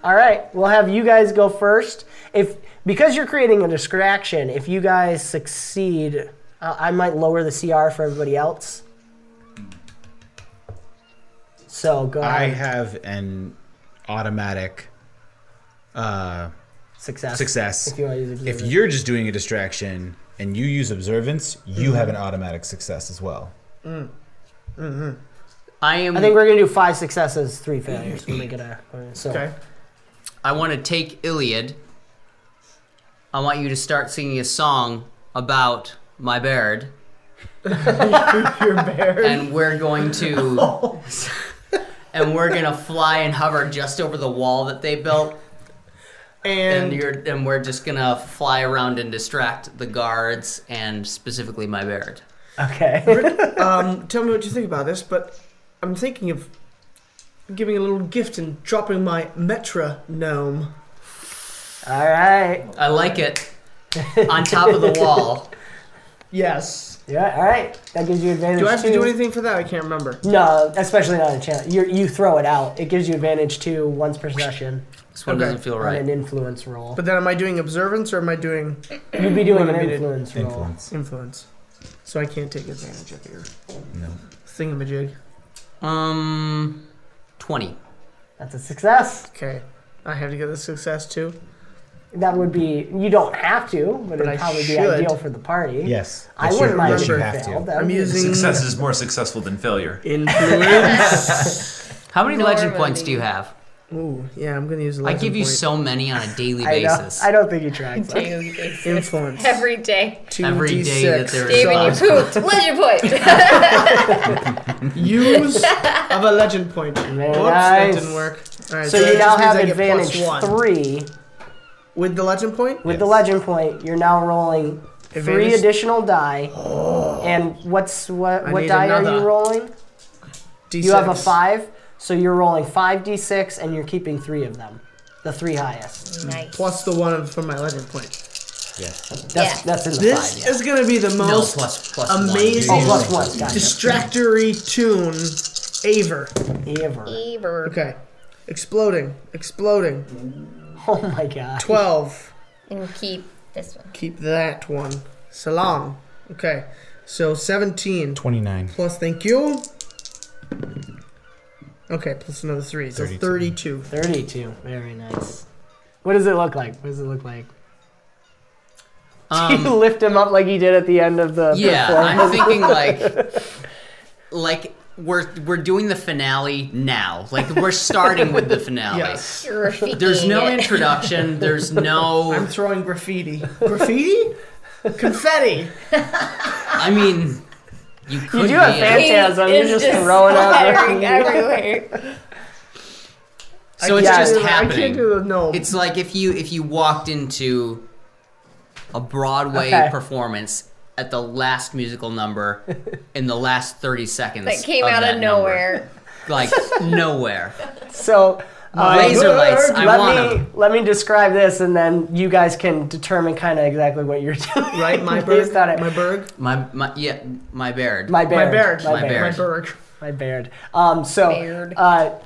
S2: all right, we'll have you guys go first. If because you're creating a distraction, if you guys succeed, uh, I might lower the CR for everybody else. So go
S8: I
S2: ahead.
S8: have an automatic uh,
S2: success.
S8: Success.
S2: If you wanna use
S8: If
S2: observance.
S8: you're just doing a distraction and you use observance, you have an automatic success as well.
S2: Mm.
S4: Mm-hmm.
S7: I am.
S2: I think we're gonna do five successes, three failures. When we get a, so.
S7: Okay. I want to take Iliad. I want you to start singing a song about my bird.
S4: Your bear.
S7: and we're going to
S4: Oh.
S7: and we're gonna fly and hover just over the wall that they built
S4: And
S7: and, you're and we're just gonna fly around and distract the guards and specifically my bird
S4: Rick, um, tell me what you think about this, but I'm thinking of giving a little gift and dropping my metronome.
S2: All right.
S7: i like it on top of the wall
S4: Yes.
S2: Yeah. All right. That gives you advantage.
S4: Do I have to
S2: too.
S4: do anything for that? I can't remember.
S2: No, especially not a chance. You you throw it out. It gives you advantage too once per session.
S7: This
S4: one doesn't
S7: feel
S2: On an influence roll.
S4: But then, am I doing observance or am I doing?
S2: You'd be doing
S4: What
S2: an
S4: am I
S2: influence roll.
S4: Influence. Influence. So I can't take advantage of your
S8: no
S4: thingamajig.
S7: um 20
S2: That's a success.
S4: Okay, I have to get the success too.
S2: That would be. You don't have to, but,
S4: But I
S2: it'd probably be
S4: should.
S2: ideal for the party.
S9: Yes.
S2: I
S9: That's
S2: wouldn't
S9: right.
S2: mind
S9: Yes,
S2: if
S9: you
S2: you
S9: have to.
S2: failed. That
S4: I'm
S2: would be-
S4: using-
S9: success is more successful than failure.
S4: Influence.
S7: how many legend points do you have
S4: Ooh, yeah, I'm gonna use.
S7: i
S4: Legend
S7: give you
S4: point.
S7: so many on a daily
S4: I know.
S7: basis
S2: I don't think you tried.
S4: Influence.
S3: Every day.
S7: every day that
S4: 2d6.
S7: there is
S3: David, you pooped. Legend point.
S4: Use of a legend point. Whoops, that
S2: nice.
S4: didn't work. All right,
S2: So you
S4: that
S2: now
S4: just
S2: have
S4: means I get plus
S2: advantage
S4: one.
S2: three.
S4: With the legend point?
S2: With the legend point, you're now rolling three
S4: Advantage- Oh,
S2: additional die. And what's what
S4: I
S2: what
S4: need
S2: die are
S4: another.
S2: you rolling? You have a
S4: D6.
S2: five, so you're rolling five d6 and you're keeping three of them. The three
S3: Mm.
S2: highest.
S4: Mm. Plus the one from my legend point.
S2: That's that's in the
S4: this
S2: five. yeah.
S4: is gonna be the
S2: No,
S4: most
S2: plus- plus one.
S4: amazing,
S2: Oh, plus one, gotcha.
S4: distractory tune ever.
S2: Ever.
S10: Ever.
S4: Okay. Exploding. Exploding.
S2: Oh my god.
S4: Twelve.
S10: And keep this one.
S4: Keep that one. Salam. Okay. So seventeen.
S8: Twenty-nine.
S4: Plus, thank you. Okay, plus another three. So 32.
S2: 32. Very nice. What does it look like? What does it look like?
S7: Um,
S2: you lift him up like you did at the end of the
S7: Yeah,
S2: performance.
S7: I'm thinking like like we're we're doing the finale now. Like we're starting with the finale.
S4: Yes.
S7: There's no introduction. There's no
S4: I'm throwing graffiti. Graffiti? Confetti.
S7: I mean you could
S2: you do
S7: be
S2: have
S7: in-
S2: phantasm. You're just throwing out
S3: Firing everywhere.
S7: So
S4: I
S7: it's
S4: can't
S7: just
S4: do that. I can't
S7: happening.
S4: do the- no.
S7: It's like if you if you walked into a Broadway
S4: Okay.
S7: performance at the last musical number in the last 30 seconds
S3: That came
S7: of
S3: out
S7: that
S3: of
S7: number.
S3: nowhere.
S7: Like nowhere.
S2: So uh,
S7: Laser lights, I
S2: let
S7: want
S2: me let me describe this, and then you guys can determine kind of exactly what you're doing.
S4: Right, my
S2: based
S4: bird.
S2: on it.
S4: My bird.
S7: My my yeah, my beard.
S2: My beard.
S7: My
S2: My
S7: beard.
S2: beard. My beard. Um, so uh,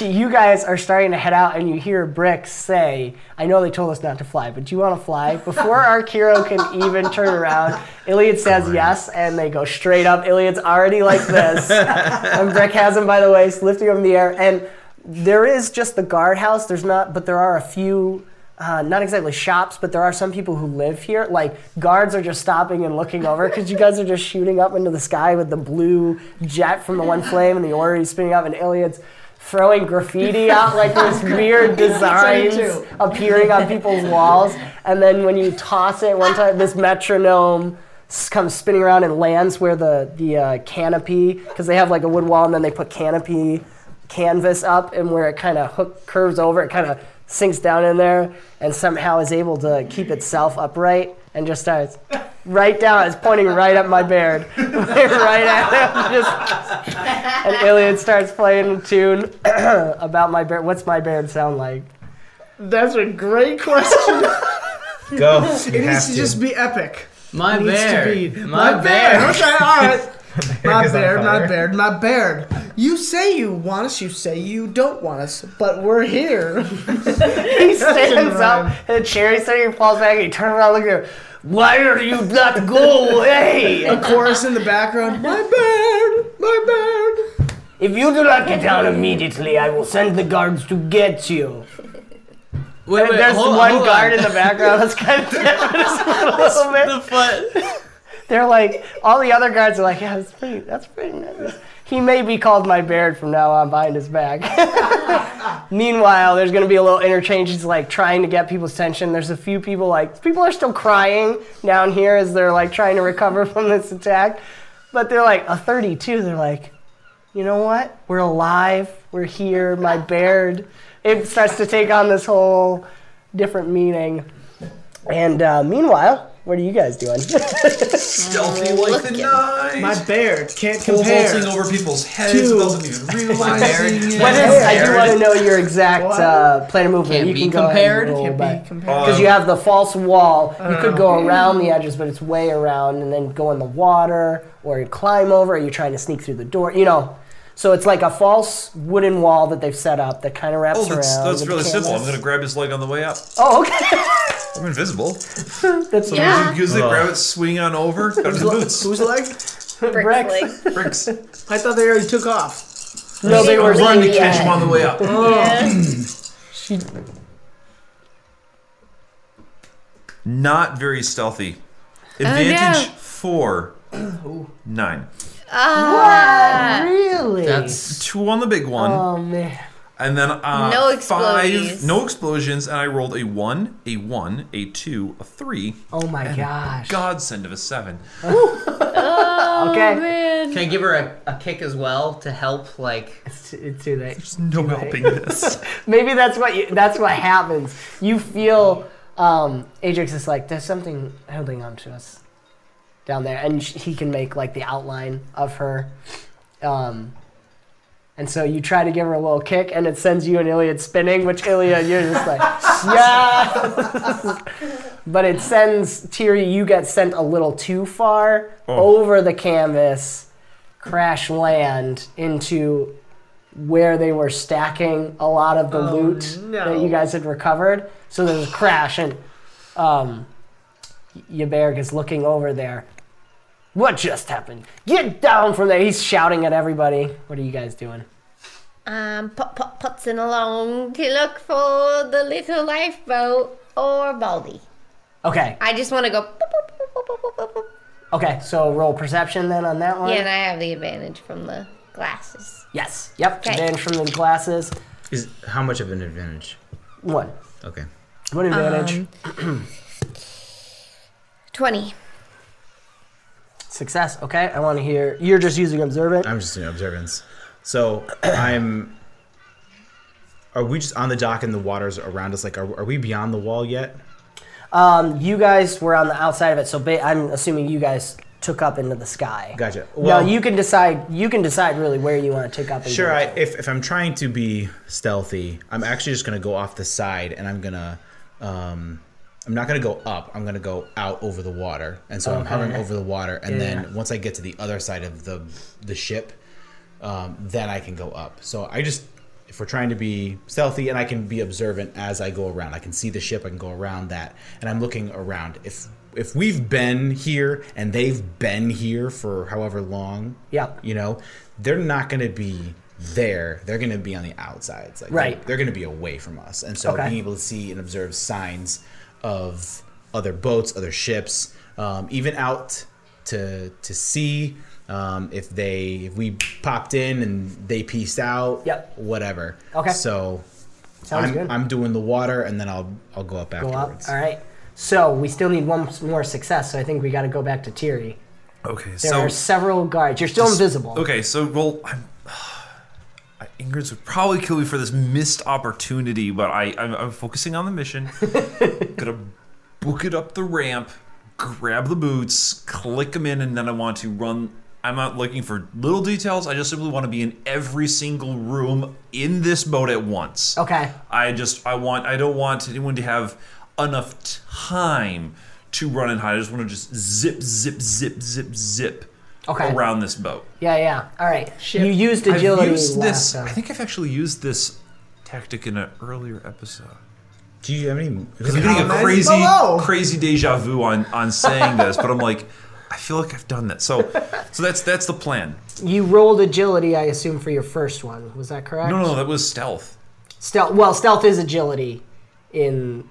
S2: you guys are starting to head out, and you hear Brick say, "I know they told us not to fly, but do you want to fly?" Before our hero can even turn around, Iliad says yes, and they go straight up. Iliad's already like this, and Brick has him by the waist, lifting him in the air. And there is just the guardhouse. There's not, but there are a few. Uh, not exactly shops, but there are some people who live here. Like guards are just stopping and looking over because you guys are just shooting up into the sky with the blue jet from the one flame and the orrery spinning up, and Iliad's throwing graffiti out like this weird designs
S11: too.
S2: appearing on people's walls, and then when you toss it one time, this metronome s- comes spinning around and lands where the the uh, canopy because they have like a wood wall and then they put canopy canvas up and where it kind of hook curves over, it kind of sinks down in there and somehow is able to keep itself upright and just starts right down. It's pointing right at my beard, right at him. Just, and Iliad starts playing a tune about my beard. What's my beard sound like?
S4: That's a great question.
S2: Go. You
S4: It needs
S2: have
S4: to
S2: to.
S4: just be epic.
S7: My
S4: It needs to
S7: beard.
S4: be-
S7: My
S4: My beard.
S7: beard.
S4: Okay, all right. My
S7: is on
S4: beard, my
S7: fire.
S4: beard, my beard. You say you want us, you say you don't want us, but we're here.
S2: He stands up, and Cherry City falls back. He turns around, looking at him. Why are you not go away?
S4: A chorus in the background. My beard, my beard.
S2: If you do not get down immediately, I will send the guards to get you.
S7: Wait, wait,
S2: There's
S7: hold-
S2: one
S7: hold
S2: guard
S7: on.
S2: in the background that's kind of damping us a little bit. The
S7: foot.
S2: They're like, all the other guards are like, yeah, that's pretty, that's pretty nice. He may be called my Baird from now on behind his back. Meanwhile, there's going to be a little interchange. He's like trying to get people's attention. There's a few people like, people are still crying down here as they're like trying to recover from this attack. But they're like, a 32, they're like, you know what? We're alive. We're here. My Baird. It starts to take on this whole different meaning. And uh, meanwhile, what are you guys doing?
S9: Stealthy like the night.
S4: My beard can't
S9: Pole
S2: compare.
S9: vaulting over people's heads
S2: Two.
S9: doesn't even realize it.
S2: What is, I do want to know your exact uh, plan of movement.
S7: Can't
S2: you
S7: be
S2: can go
S7: compared.
S2: Can't be
S7: compared.
S2: Because you have the false wall. You could go
S7: Oh.
S2: around the edges, but it's way around, and then go in the water, or you climb over, or you're trying to sneak through the door. You know. So it's like a false wooden wall that they've set up that kind of wraps
S9: Oh, that's,
S2: around.
S9: that's
S2: with
S9: really simple. I'm
S2: cameras.
S9: going to grab his leg on the way up.
S2: Oh, okay.
S9: I'm invisible.
S2: That's
S9: So yeah. use it, grab it, swing on over, go to the boots.
S4: Who's leg?
S3: Bricks.
S9: Bricks.
S4: I thought they already took off.
S9: No, they were- Run to catch 'em on the way up.
S2: She
S9: Not very stealthy.
S10: Oh, no.
S9: Advantage four, nine.
S10: Ah.
S9: Oh.
S2: really?
S9: That's two on the big one.
S2: Oh man.
S9: And then uh,
S10: No
S9: five,
S10: explodies.
S9: no explosions, and I rolled a one, a one, a two, a three.
S2: Oh my
S9: and
S2: gosh!
S9: Godsend of a seven.
S2: okay.
S7: man.
S6: Can I give her a, a kick as well to help? Like,
S2: it's too, it's too late.
S6: There's
S9: no
S6: helping
S9: this.
S2: Maybe that's what you, that's what happens. You feel um, Ajax is like there's something holding on to us down there, and sh- he can make like the outline of her. Um, and so you try to give her a little kick, and it sends you and Iliad spinning. Which Iliad, you're just like, yeah. but it sends Tiri. You get sent a little too far
S11: Oh.
S2: over the canvas, crash land into where they were stacking a lot of the loot that you guys had recovered. So there's a crash, and um, Yaberg is looking over there. What just happened? Get down from there! He's shouting at everybody. What are you guys doing?
S10: Um, put, put, putzing along to look for the little lifeboat or Baldy.
S2: Okay,
S10: I just want to go. boop, boop,
S2: okay. So roll perception then on that one.
S10: Yeah, and I have the advantage from the glasses.
S2: Yes. Yep.
S10: Okay.
S2: Advantage from the glasses.
S6: is how much of an advantage?
S2: One.
S6: Okay.
S2: One advantage.
S9: Um,
S10: 20.
S2: Success. Okay. I want to hear. You're just using observant.
S8: I'm just doing observance. So I'm. Are we just on the dock and the waters around us? Like, are, are we beyond the wall yet?
S2: Um, you guys were on the outside of it, so ba- I'm assuming you guys took up into the sky.
S8: Gotcha.
S2: now you can decide. You can decide really where you want to take up. and
S8: Sure.
S2: go.
S8: I, if if I'm trying to be stealthy, I'm actually just gonna go off the side, and I'm gonna, um, I'm not gonna go up. I'm gonna go out over the water, and so I'm
S9: Okay.
S8: hovering over the water, and
S9: Yeah.
S8: then once I get to the other side of the the ship, um, then I can go up. So I just, if we're trying to be stealthy, and I can be observant as I go around, I can see the ship, I can go around that, and I'm looking around. If if we've been here and they've been here for however long,
S2: Yep.
S8: you know, they're not going to be there. They're going to be on the outsides. Like,
S2: Right.
S8: They're, going to be away from us. And so
S2: Okay.
S8: being able to see and observe signs of other boats, other ships, um, even out to to sea, Um, if they if we popped in and they pieced out, yep. whatever.
S2: Okay.
S8: So
S2: Sounds
S8: I'm,
S2: good.
S8: I'm doing the water and then I'll I'll go up
S2: Go
S8: afterwards.
S2: up. All right. So we still need one more success. So I think we got to go back to Tiri.
S9: Okay,
S2: There
S9: so
S2: are several guards. You're still
S9: Just-
S2: invisible.
S9: Okay, so well, I'm, I, Ingrid's would probably kill me for this missed opportunity, but I I'm, I'm focusing on the mission. Gonna book it up the ramp, grab the boots, click them in, and then I want to run. I'm not looking for little details. I just simply want to be in every single room in this boat at once.
S2: Okay.
S9: I just I want I don't want anyone to have enough time to run and hide. I just want to just zip zip zip zip zip
S2: Okay.
S9: around this boat.
S2: Yeah, yeah. All right. You used agility.
S9: I've used
S2: last
S9: this.
S2: time.
S9: I think I've actually used this tactic in an earlier episode.
S8: Do you have any?
S9: Because I'm getting a
S8: Comment
S9: crazy,
S8: below.
S9: crazy deja vu on on saying this, but I'm like, I feel like I've done that. So, so that's that's the plan.
S2: You rolled agility, I assume, for your first one. Was that correct?
S9: No, no, no, that was stealth.
S2: Stealth. Well, stealth is agility. In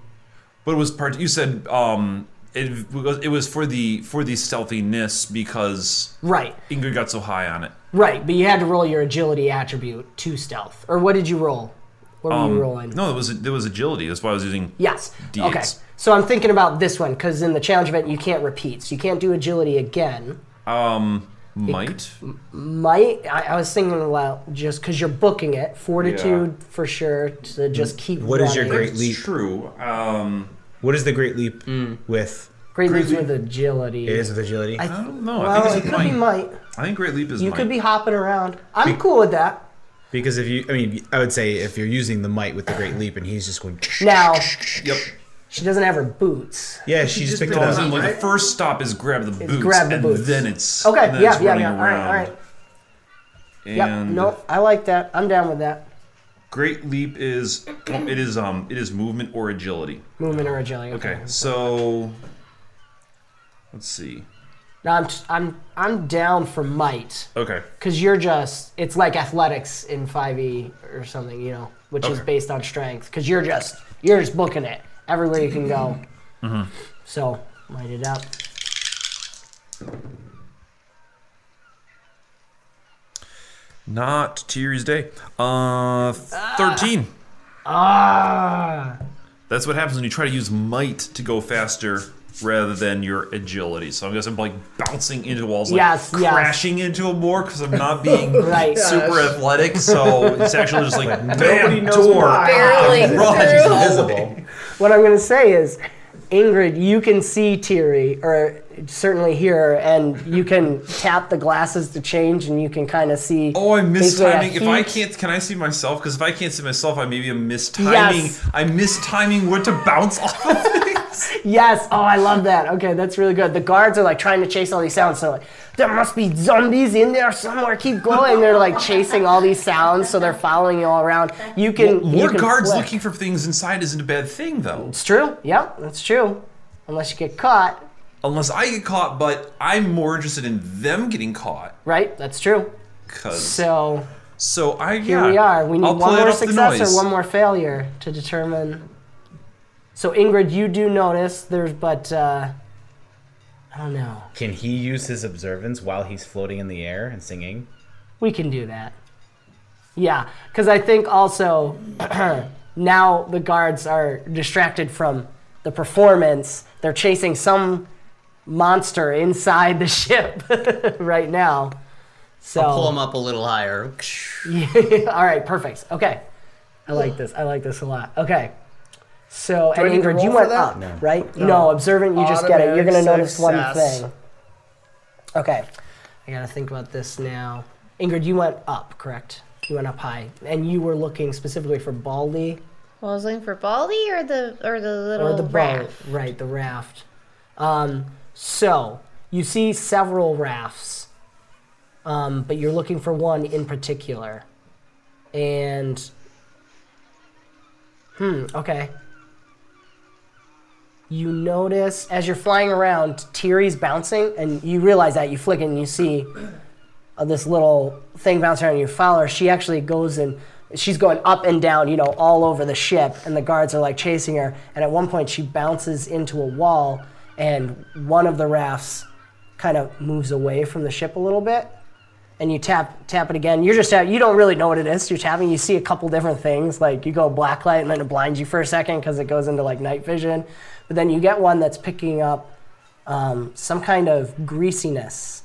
S9: But it was part. You said um, it was it was for the for the stealthiness because
S2: Right.
S9: Ingrid got so high on it.
S2: right, but you had to roll your agility attribute to stealth. Or what did you roll? What were
S9: Um,
S2: you rolling?
S9: No, it was it was agility. That's why I was using.
S2: Yes.
S9: D8s.
S2: Okay. So I'm thinking about this one because in the challenge event you can't repeat, so you can't do agility again.
S9: Um, might.
S2: Might I, I was thinking about just because you're booking it fortitude for sure to
S9: Mm.
S2: just keep.
S8: What is your
S2: running.
S8: great leap?
S9: True. Um,
S8: what is the great leap with?
S2: Great, leap with agility.
S8: It is with agility.
S2: I,
S9: don't
S8: know. I
S2: Well,
S8: think
S2: it
S8: it's
S2: could be might.
S9: I think great leap is.
S2: You
S8: might.
S2: could be hopping around. I'm cool with that.
S8: because if you, I mean, I would say if you're using the might with the great leap and he's just going.
S2: Now,
S9: Yep.
S2: she doesn't have her boots.
S8: Yeah, she just picked it
S9: Well,
S8: up.
S9: then, like, the first stop is grab the boots,
S2: grab the
S9: and
S2: boots.
S9: then it's
S2: Okay,
S9: and then
S2: yeah,
S9: it's
S2: yeah,
S9: running
S2: yeah. All right,
S9: around.
S2: all right. Yep.
S9: And
S2: No, I like that. I'm down with that.
S9: great leap is well, it is um it is movement or agility.
S2: Movement or agility. Okay.
S9: Okay, so let's see.
S2: No, I'm, I'm, I'm down for might.
S9: Okay,
S2: Because you're just, it's like athletics in 5e or something, you know, which is
S9: Okay.
S2: based on strength. Because you're just, you're just booking it everywhere you can go.
S9: Mhm.
S2: So, light it up.
S9: not Tiri's day. Uh, thirteen.
S2: Ah!
S9: That's what happens when you try to use might to go faster rather than your agility. So I guess I'm like bouncing into walls, like
S2: Yes, yes.
S9: crashing into a more because I'm not being
S2: Right.
S9: super
S2: Yes.
S9: athletic. So it's actually just like
S2: nobody
S9: bam,
S2: knows
S9: door,
S2: why. Barreling
S9: run.
S2: through. What I'm going to say is, Ingrid, you can see Tiri, or certainly hear, and you can tap the glasses to change, and you can kind of see. Oh,
S9: I mistiming. If I can't, can I see myself? Because if I can't see myself, I maybe am mistiming.
S2: Yes.
S9: I'm mistiming what to bounce off of.
S2: Yes. Oh, I love that. Okay, that's really good. The guards are like trying to chase all these sounds. So like, there must be zombies in there somewhere. Keep going. They're like chasing all these sounds, so they're following you all around. You can. you
S9: More
S2: can
S9: guards
S2: flip.
S9: looking for things inside isn't a bad thing, though.
S2: It's true. Yep, that's true. Unless you get caught.
S9: Unless I get caught, but I'm more interested in them getting caught.
S2: Right. That's true.
S9: 'cause-
S2: So
S9: so I
S2: here
S9: yeah,
S2: we are. We need
S9: I'll
S2: one
S9: play it
S2: more
S9: off the
S2: success
S9: noise.
S2: or one more failure to determine. So Ingrid, you do notice there's but uh, I don't know.
S8: Can he use his observance while he's floating in the air and singing?
S2: We can do that. Yeah, because I think also now the guards are distracted from the performance. They're chasing some monster inside the ship right now. So
S6: I'll pull him up a little higher.
S2: Yeah, all right, perfect. Okay, I like this. I like this a lot. Okay, so
S4: Do I
S2: and
S4: need to
S2: Ingrid, you
S4: roll
S2: went
S4: for that?
S2: up,
S4: No.
S2: right?
S4: No.
S2: No. observant, you just get it. You're gonna
S4: Automatic
S2: notice one
S4: success.
S2: thing. Okay, I gotta think about this now. Ingrid, you went up, correct? You went up high, and you were looking specifically for Baldy
S10: Well, I was looking for Baldy or the or the little
S2: or the
S10: rat.
S2: boat, right? The raft. Um, so you see several rafts, um, but you're looking for one in particular, and hmm, okay. You notice as you're flying around, Tiri's bouncing, and you realize that you flick it and you see uh, this little thing bouncing around. and You follow her. She actually goes and she's going up and down, you know, all over the ship, and the guards are like chasing her. And at one point, she bounces into a wall, and one of the rafts kind of moves away from the ship a little bit. And you tap tap it again. You're just tap- you don't really know what it is. You're tapping. You see a couple different things. Like you go black light, and then it blinds you for a second because it goes into like night vision. But then you get one that's picking up um, some kind of greasiness,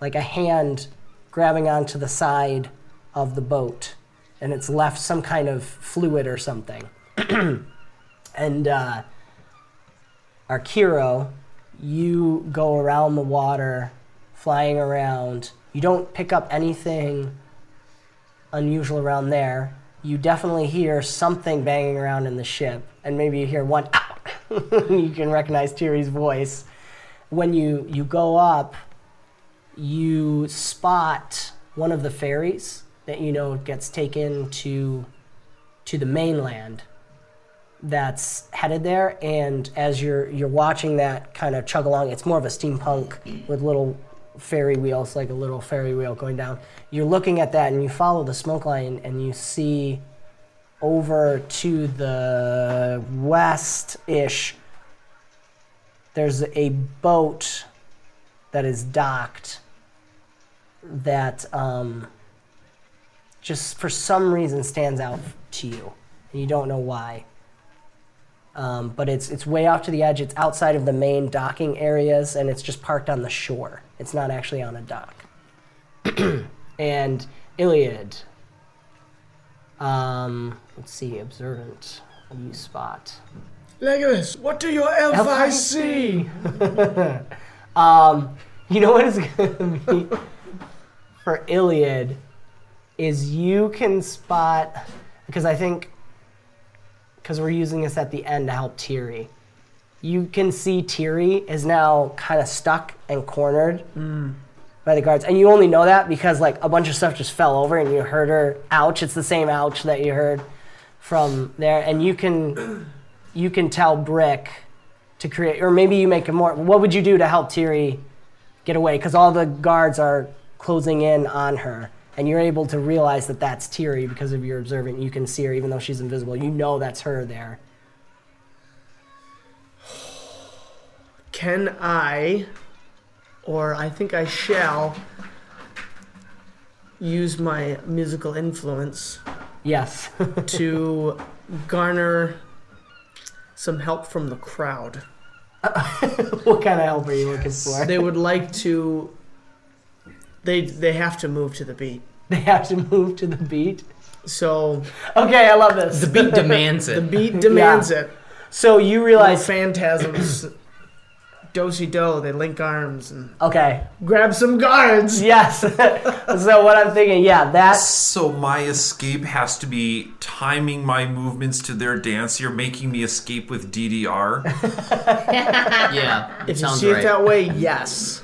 S2: like a hand grabbing onto the side of the boat, and it's left some kind of fluid or something. and uh, our Kiro, you go around the water, flying around. You don't pick up anything unusual around there. You definitely hear something banging around in the ship, and maybe you hear one. "Ow!" you can recognize Tiri's voice. When you you go up, you spot one of the ferries that you know gets taken to to the mainland that's headed there and as you're you're watching that kind of chug along it's more of a steampunk with little ferry wheels like a little ferry wheel going down you're looking at that and you follow the smoke line and you see over to the west-ish there's a boat that is docked that um, just for some reason stands out to you and you don't know why um, but it's it's way off to the edge it's outside of the main docking areas and it's just parked on the shore it's not actually on a dock and iliad um, let's see observant what do you spot
S4: Legolas, what do your elf
S2: Elf
S4: eyes
S2: eyes
S4: see?
S2: Um, you know what is going to be for Iliad is you can spot because I think because we're using this at the end to help Tiri. You can see Tiri is now kind of stuck and cornered by the guards, and you only know that because like a bunch of stuff just fell over and you heard her ouch. It's the same ouch that you heard from there, and you can you can tell Brick to create, or maybe you make it more. What would you do to help Tiri get away? Because all the guards are closing in on her, and you're able to realize that that's Tiri because of your observant. You can see her even though she's invisible. You know that's her there.
S4: Can I, or I think I shall, use my musical influence?
S2: Yes.
S4: to garner some help from the crowd.
S2: what kind of help are you looking for?
S4: They would like to. They they have to move to the beat.
S2: They have to move to the beat.
S4: So.
S2: Okay, I love this.
S4: The beat
S7: demands it.
S4: The beat demands
S2: Yeah.
S4: it.
S2: So you realize-
S4: Little phantasms. Dosey do. They link arms and
S2: Okay.
S4: grab some guards.
S2: Yes. so what I'm thinking, yeah, that.
S9: So my escape has to be timing my movements to their dance. You're making me escape with DDR.
S7: yeah,
S4: If you
S9: sounds
S4: see
S9: right.
S4: it that way, yes.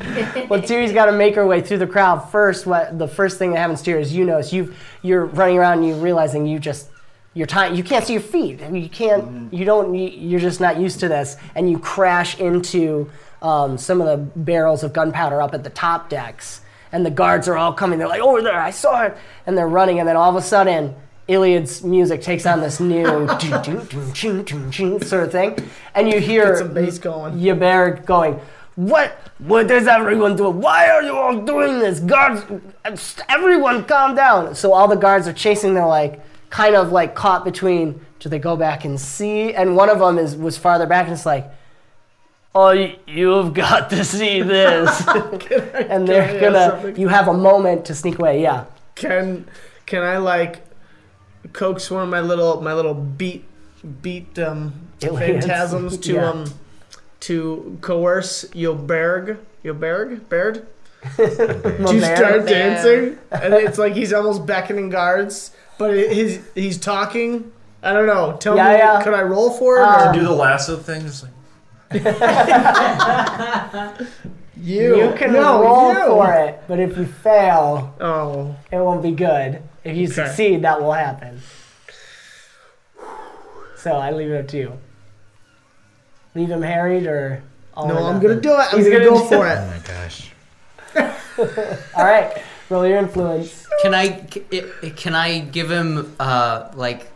S2: well, Tiri's got to make her way through the crowd first. What the first thing that happens to her is you notice you you're running around and you realizing you just you're ti You can't see your feet. I mean, You
S9: Mm-hmm.
S2: can't. You don't. you- You're just not used to this, and you crash into um, some of the barrels of gunpowder up at the top decks. And the guards are all coming. They're like, over there, I saw it. And they're running. And then all of a sudden, Iliad's music takes on this new doo doo doo ching ching ching sort of thing. And you hear
S4: Get some bass going.
S2: Yaberic going, What? What is everyone doing? Why are you all doing this? Guards, everyone calm down. So all the guards are chasing. They're like, kind of like caught between, do they go back and see? And one of them is, was farther back and it's like, Oh, y- you've got to see this. and
S4: can
S2: they're
S4: I
S2: gonna,
S4: have something?
S2: you have a moment to sneak away, yeah.
S4: Can can I like coax one of my little my little beat beat um
S2: Aliens.
S4: phantasms to
S2: Yeah.
S4: um to coerce Yoberg Yoberg Baird to
S2: Maberg.
S4: start
S2: Maberg.
S4: dancing? And it's like he's almost beckoning guards, but it- his he's talking. I don't know. Tell
S2: Yeah,
S4: me,
S2: yeah. Uh,
S4: could I roll for it?
S9: to
S4: or
S2: Um,
S9: do the lasso thing. Just like,
S4: you?
S2: You can
S4: No,
S2: roll
S4: you.
S2: for it, but if you fail,
S4: oh,
S2: it won't be good. If you
S4: Okay.
S2: succeed, that will happen. So I leave it up to you. Leave him harried or all
S4: No,
S2: or
S4: I'm gonna
S2: nothing?
S4: do it. I'm
S2: oh He's
S4: gonna,
S2: gonna
S4: go
S2: do-
S4: for it.
S8: Oh my gosh.
S2: All right, roll your influence.
S7: Can I c- i- can I give him uh like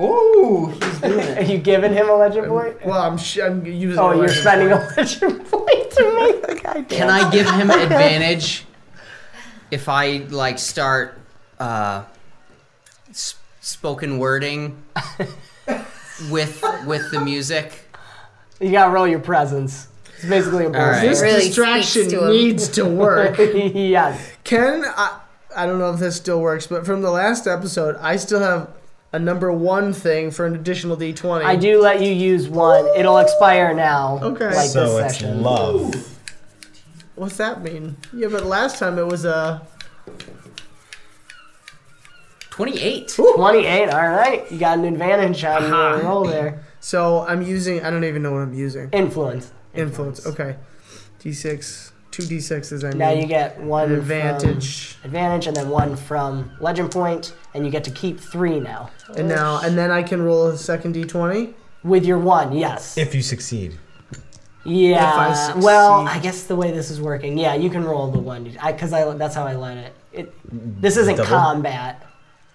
S4: Ooh, he's doing it. Are you giving him a legend point? Well, I'm, sh- I'm using.
S2: Oh,
S4: a
S2: you're
S4: legend
S2: spending
S4: point.
S2: a legend point to make the guy.
S7: Can
S2: dance.
S7: I give him
S2: Okay.
S7: advantage if I like start uh, s- spoken wording with with the music?
S2: You gotta roll your presence. It's basically a
S7: All
S2: bonus.
S7: right. This
S4: Really distraction speaks to him. needs to work.
S2: yes.
S4: Ken, I, I don't know if this still works, but from the last episode, I still have a number one thing for an additional D20.
S2: I do let you use one. It'll expire now.
S4: Okay.
S2: Like
S8: So
S2: this
S8: it's
S2: session.
S8: love.
S4: What's that mean? Yeah, but last time it was a.
S7: 28.
S2: 28, alright. You got an advantage on your roll there.
S4: So I'm using. I don't even know what I'm using.
S2: Influence.
S4: Influence. Okay. D6. Two D6s. I mean.
S2: Now you get one
S4: An advantage.
S2: From advantage and then one from legend point, and you get to keep three now.
S4: And now, and then I can roll a second D20.
S2: With your one, yes.
S8: If you succeed.
S2: Yeah.
S4: If I
S2: well,
S4: succeed.
S2: I guess the way this is working, yeah, you can roll the one because I, that's how I let it. it this isn't
S8: Double?
S2: combat.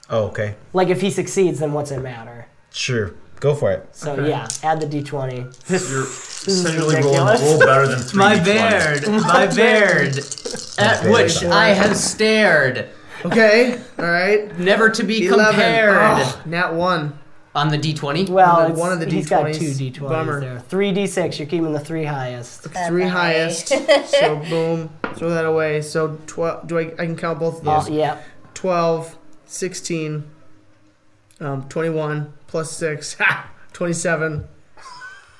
S8: Oh, okay.
S2: Like if he succeeds, then what's it matter?
S8: Sure. Go for it.
S2: So yeah, add the d20. This,
S9: You're
S2: this is
S9: essentially rolling a
S2: ridiculous.
S9: roll better than three.
S12: My
S9: D20s.
S12: beard, my beard,
S7: At which I have stared,
S4: Okay. All right.
S7: never to be
S4: 11.
S7: compared.
S4: Oh, nat one.
S7: On the d20?
S4: And
S2: Well,
S4: then
S2: it's,
S4: one of the
S2: he's got
S4: D20s.
S2: two d20s
S4: Bummer.
S2: there. Three d6. You're keeping the three highest.
S4: Three highest. so boom. Throw that away. So 12. Do I, I can count both of
S2: Oh,
S4: those?
S2: yeah.
S4: 12, 16, um, 21, plus 6, ha, 27,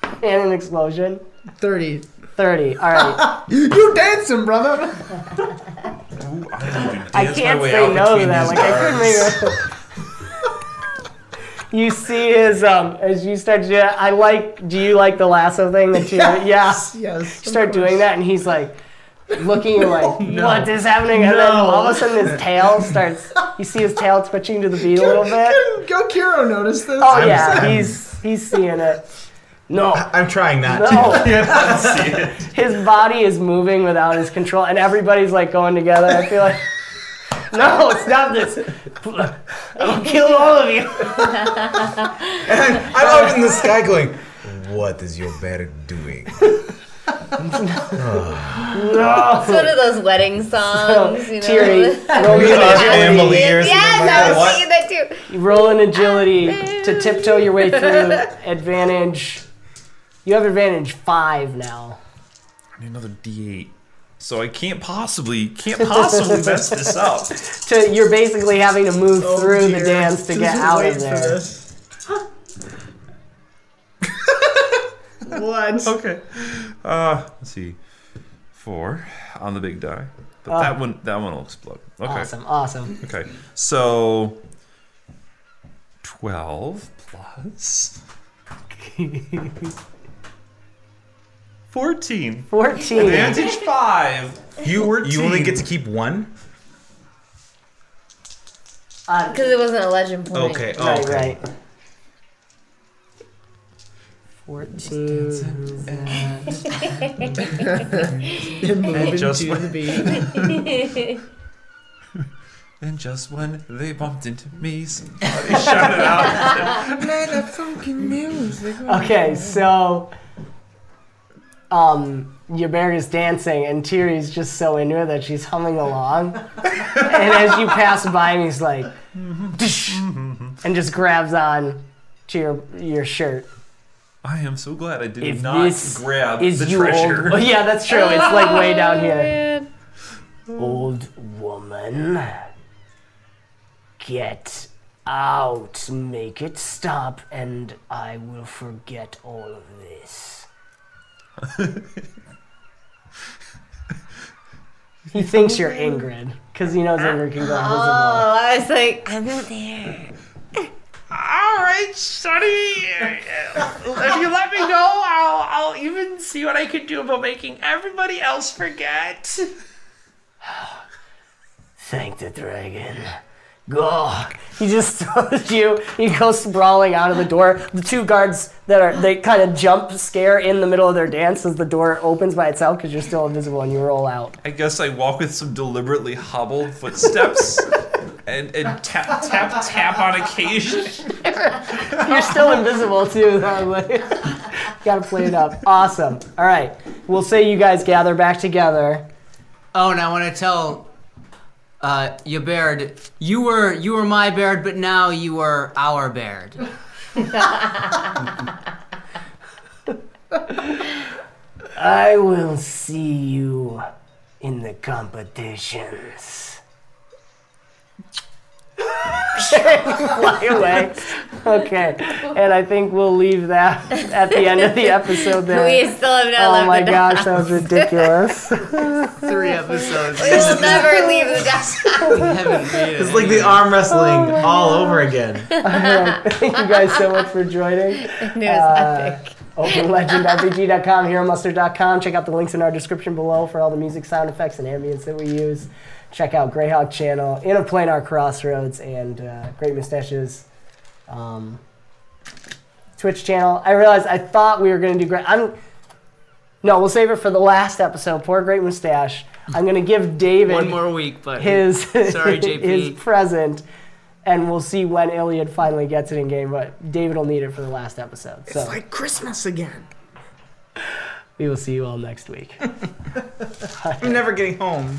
S2: And an explosion.
S4: 30.
S2: 30. All right.
S4: you dancing, brother!
S2: I
S9: Dance my
S2: can't
S9: way
S2: say
S9: out
S2: no to
S9: between
S2: that. Like
S9: these
S2: I couldn't make it. You see his um as you start to I like do you like the lasso thing that you
S4: Yes,
S2: yeah
S4: yes,
S2: You start doing that and he's like looking like what is happening and then
S4: No.
S2: all of a sudden his tail starts you see his tail twitching to the beat a little bit.
S4: Go Kiro noticed this.
S2: Oh yeah, he's he's seeing it. No.
S8: I'm trying not
S2: No.
S8: to.
S2: His body is moving without his control, and everybody's like going together. I feel like, no, stop this. I'll kill all of you.
S8: I'm up in the sky going, what is your bear doing? Ah.
S2: No.
S10: So do those wedding songs, you know.
S2: Teary. Roll,
S8: We are family
S10: yes,
S8: years.
S10: I was
S8: What?
S10: thinking that too.
S2: roll an agility to tiptoe your way through. Advantage. You have advantage five now.
S9: I need another D8. So I can't possibly, can't possibly mess this up.
S2: To you're basically having to move through the
S4: Oh, dear.
S2: dance to get
S4: Just
S2: out of
S4: wait for
S2: there.
S4: this. what?
S9: Okay. Uh, let's see. Four on the big die. But
S2: Oh.
S9: that one, that one will explode. Okay.
S2: Awesome, awesome.
S9: Okay. So twelve plus fourteen.
S2: Fourteen.
S9: Advantage five.
S8: You, you only
S9: 14.
S8: get to keep one?
S2: Uh,
S10: Because it wasn't a legend point.
S8: Okay. Oh,
S2: right,
S8: okay.
S2: right. Fourteen.
S4: And moving
S9: Just
S4: to
S9: went-
S4: the beat.
S9: And just when they bumped into me, somebody shouted out.
S4: Play the funky music.
S2: Okay, so um Yuberi is dancing and Tiri's just so into it that she's humming along. and as you pass by him he's like and just grabs on to your your shirt.
S9: I am so glad I did
S2: If
S9: not
S2: this
S9: grab
S2: Is
S9: the
S2: you
S9: treasure.
S2: old oh, yeah, that's true. It's like way down here.
S9: Oh,
S2: Old woman Get out. Make it stop and I will forget all of this. He thinks you're Ingrid because he knows Ingrid can go invisible.
S10: Oh, I was like, I'm not there.
S9: All right, Sonny. If you let me know, I'll I'll even see what I can do about making everybody else forget.
S2: Thank the dragon. Go. He just throws you. You go sprawling out of the door. The two guards that are they kind of jump scare in the middle of their dance as the door opens by itself because you're still invisible and you roll out.
S9: I guess I walk with some deliberately hobbled footsteps and, and
S11: tap tap tap on occasion.
S2: You're still invisible too, though. Like, gotta play it up. Awesome. All right. We'll say you guys gather back together.
S7: Oh, and I want to tell uh, your Baird, you were you were my Baird, but now you are our Baird.
S2: I will see you in the competitions. Fly away. Okay, and I think we'll leave that at the end of the episode. There.
S3: We still have not
S2: Oh
S3: left
S2: my
S3: the
S2: gosh, that was ridiculous.
S7: Three episodes.
S3: We will never leave the desk.
S2: it's
S13: like the arm wrestling all over again.
S2: Thank you guys so much for joining. It
S3: was
S2: epic. OpenLegendRPG.com, HeroMustard.com. Check out the links in our description below for all the music, sound effects, and ambience that we use. Check out Greyhawk Channel, Interplanar Crossroads, and uh, Great Mustaches. Um, Twitch channel. I realized I thought we were going to do great. I'm no, we'll save it for the last episode. Poor Great Mustache. I'm going to give David
S7: One more week, but
S2: his
S7: sorry, JP.
S2: his present, and we'll see when Iliad finally gets it in game. But David will need it for the last episode. So
S4: It's like Christmas again.
S2: we will see you all next week.
S4: I'm never getting home.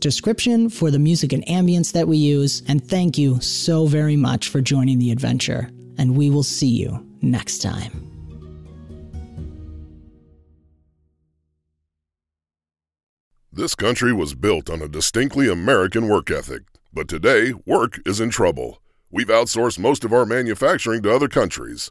S1: description for the music and ambience that we use. And thank you so very much for joining the adventure. And we will see you next time.
S14: This country was built on a distinctly American work ethic, but today work is in trouble. We've outsourced most of our manufacturing to other countries,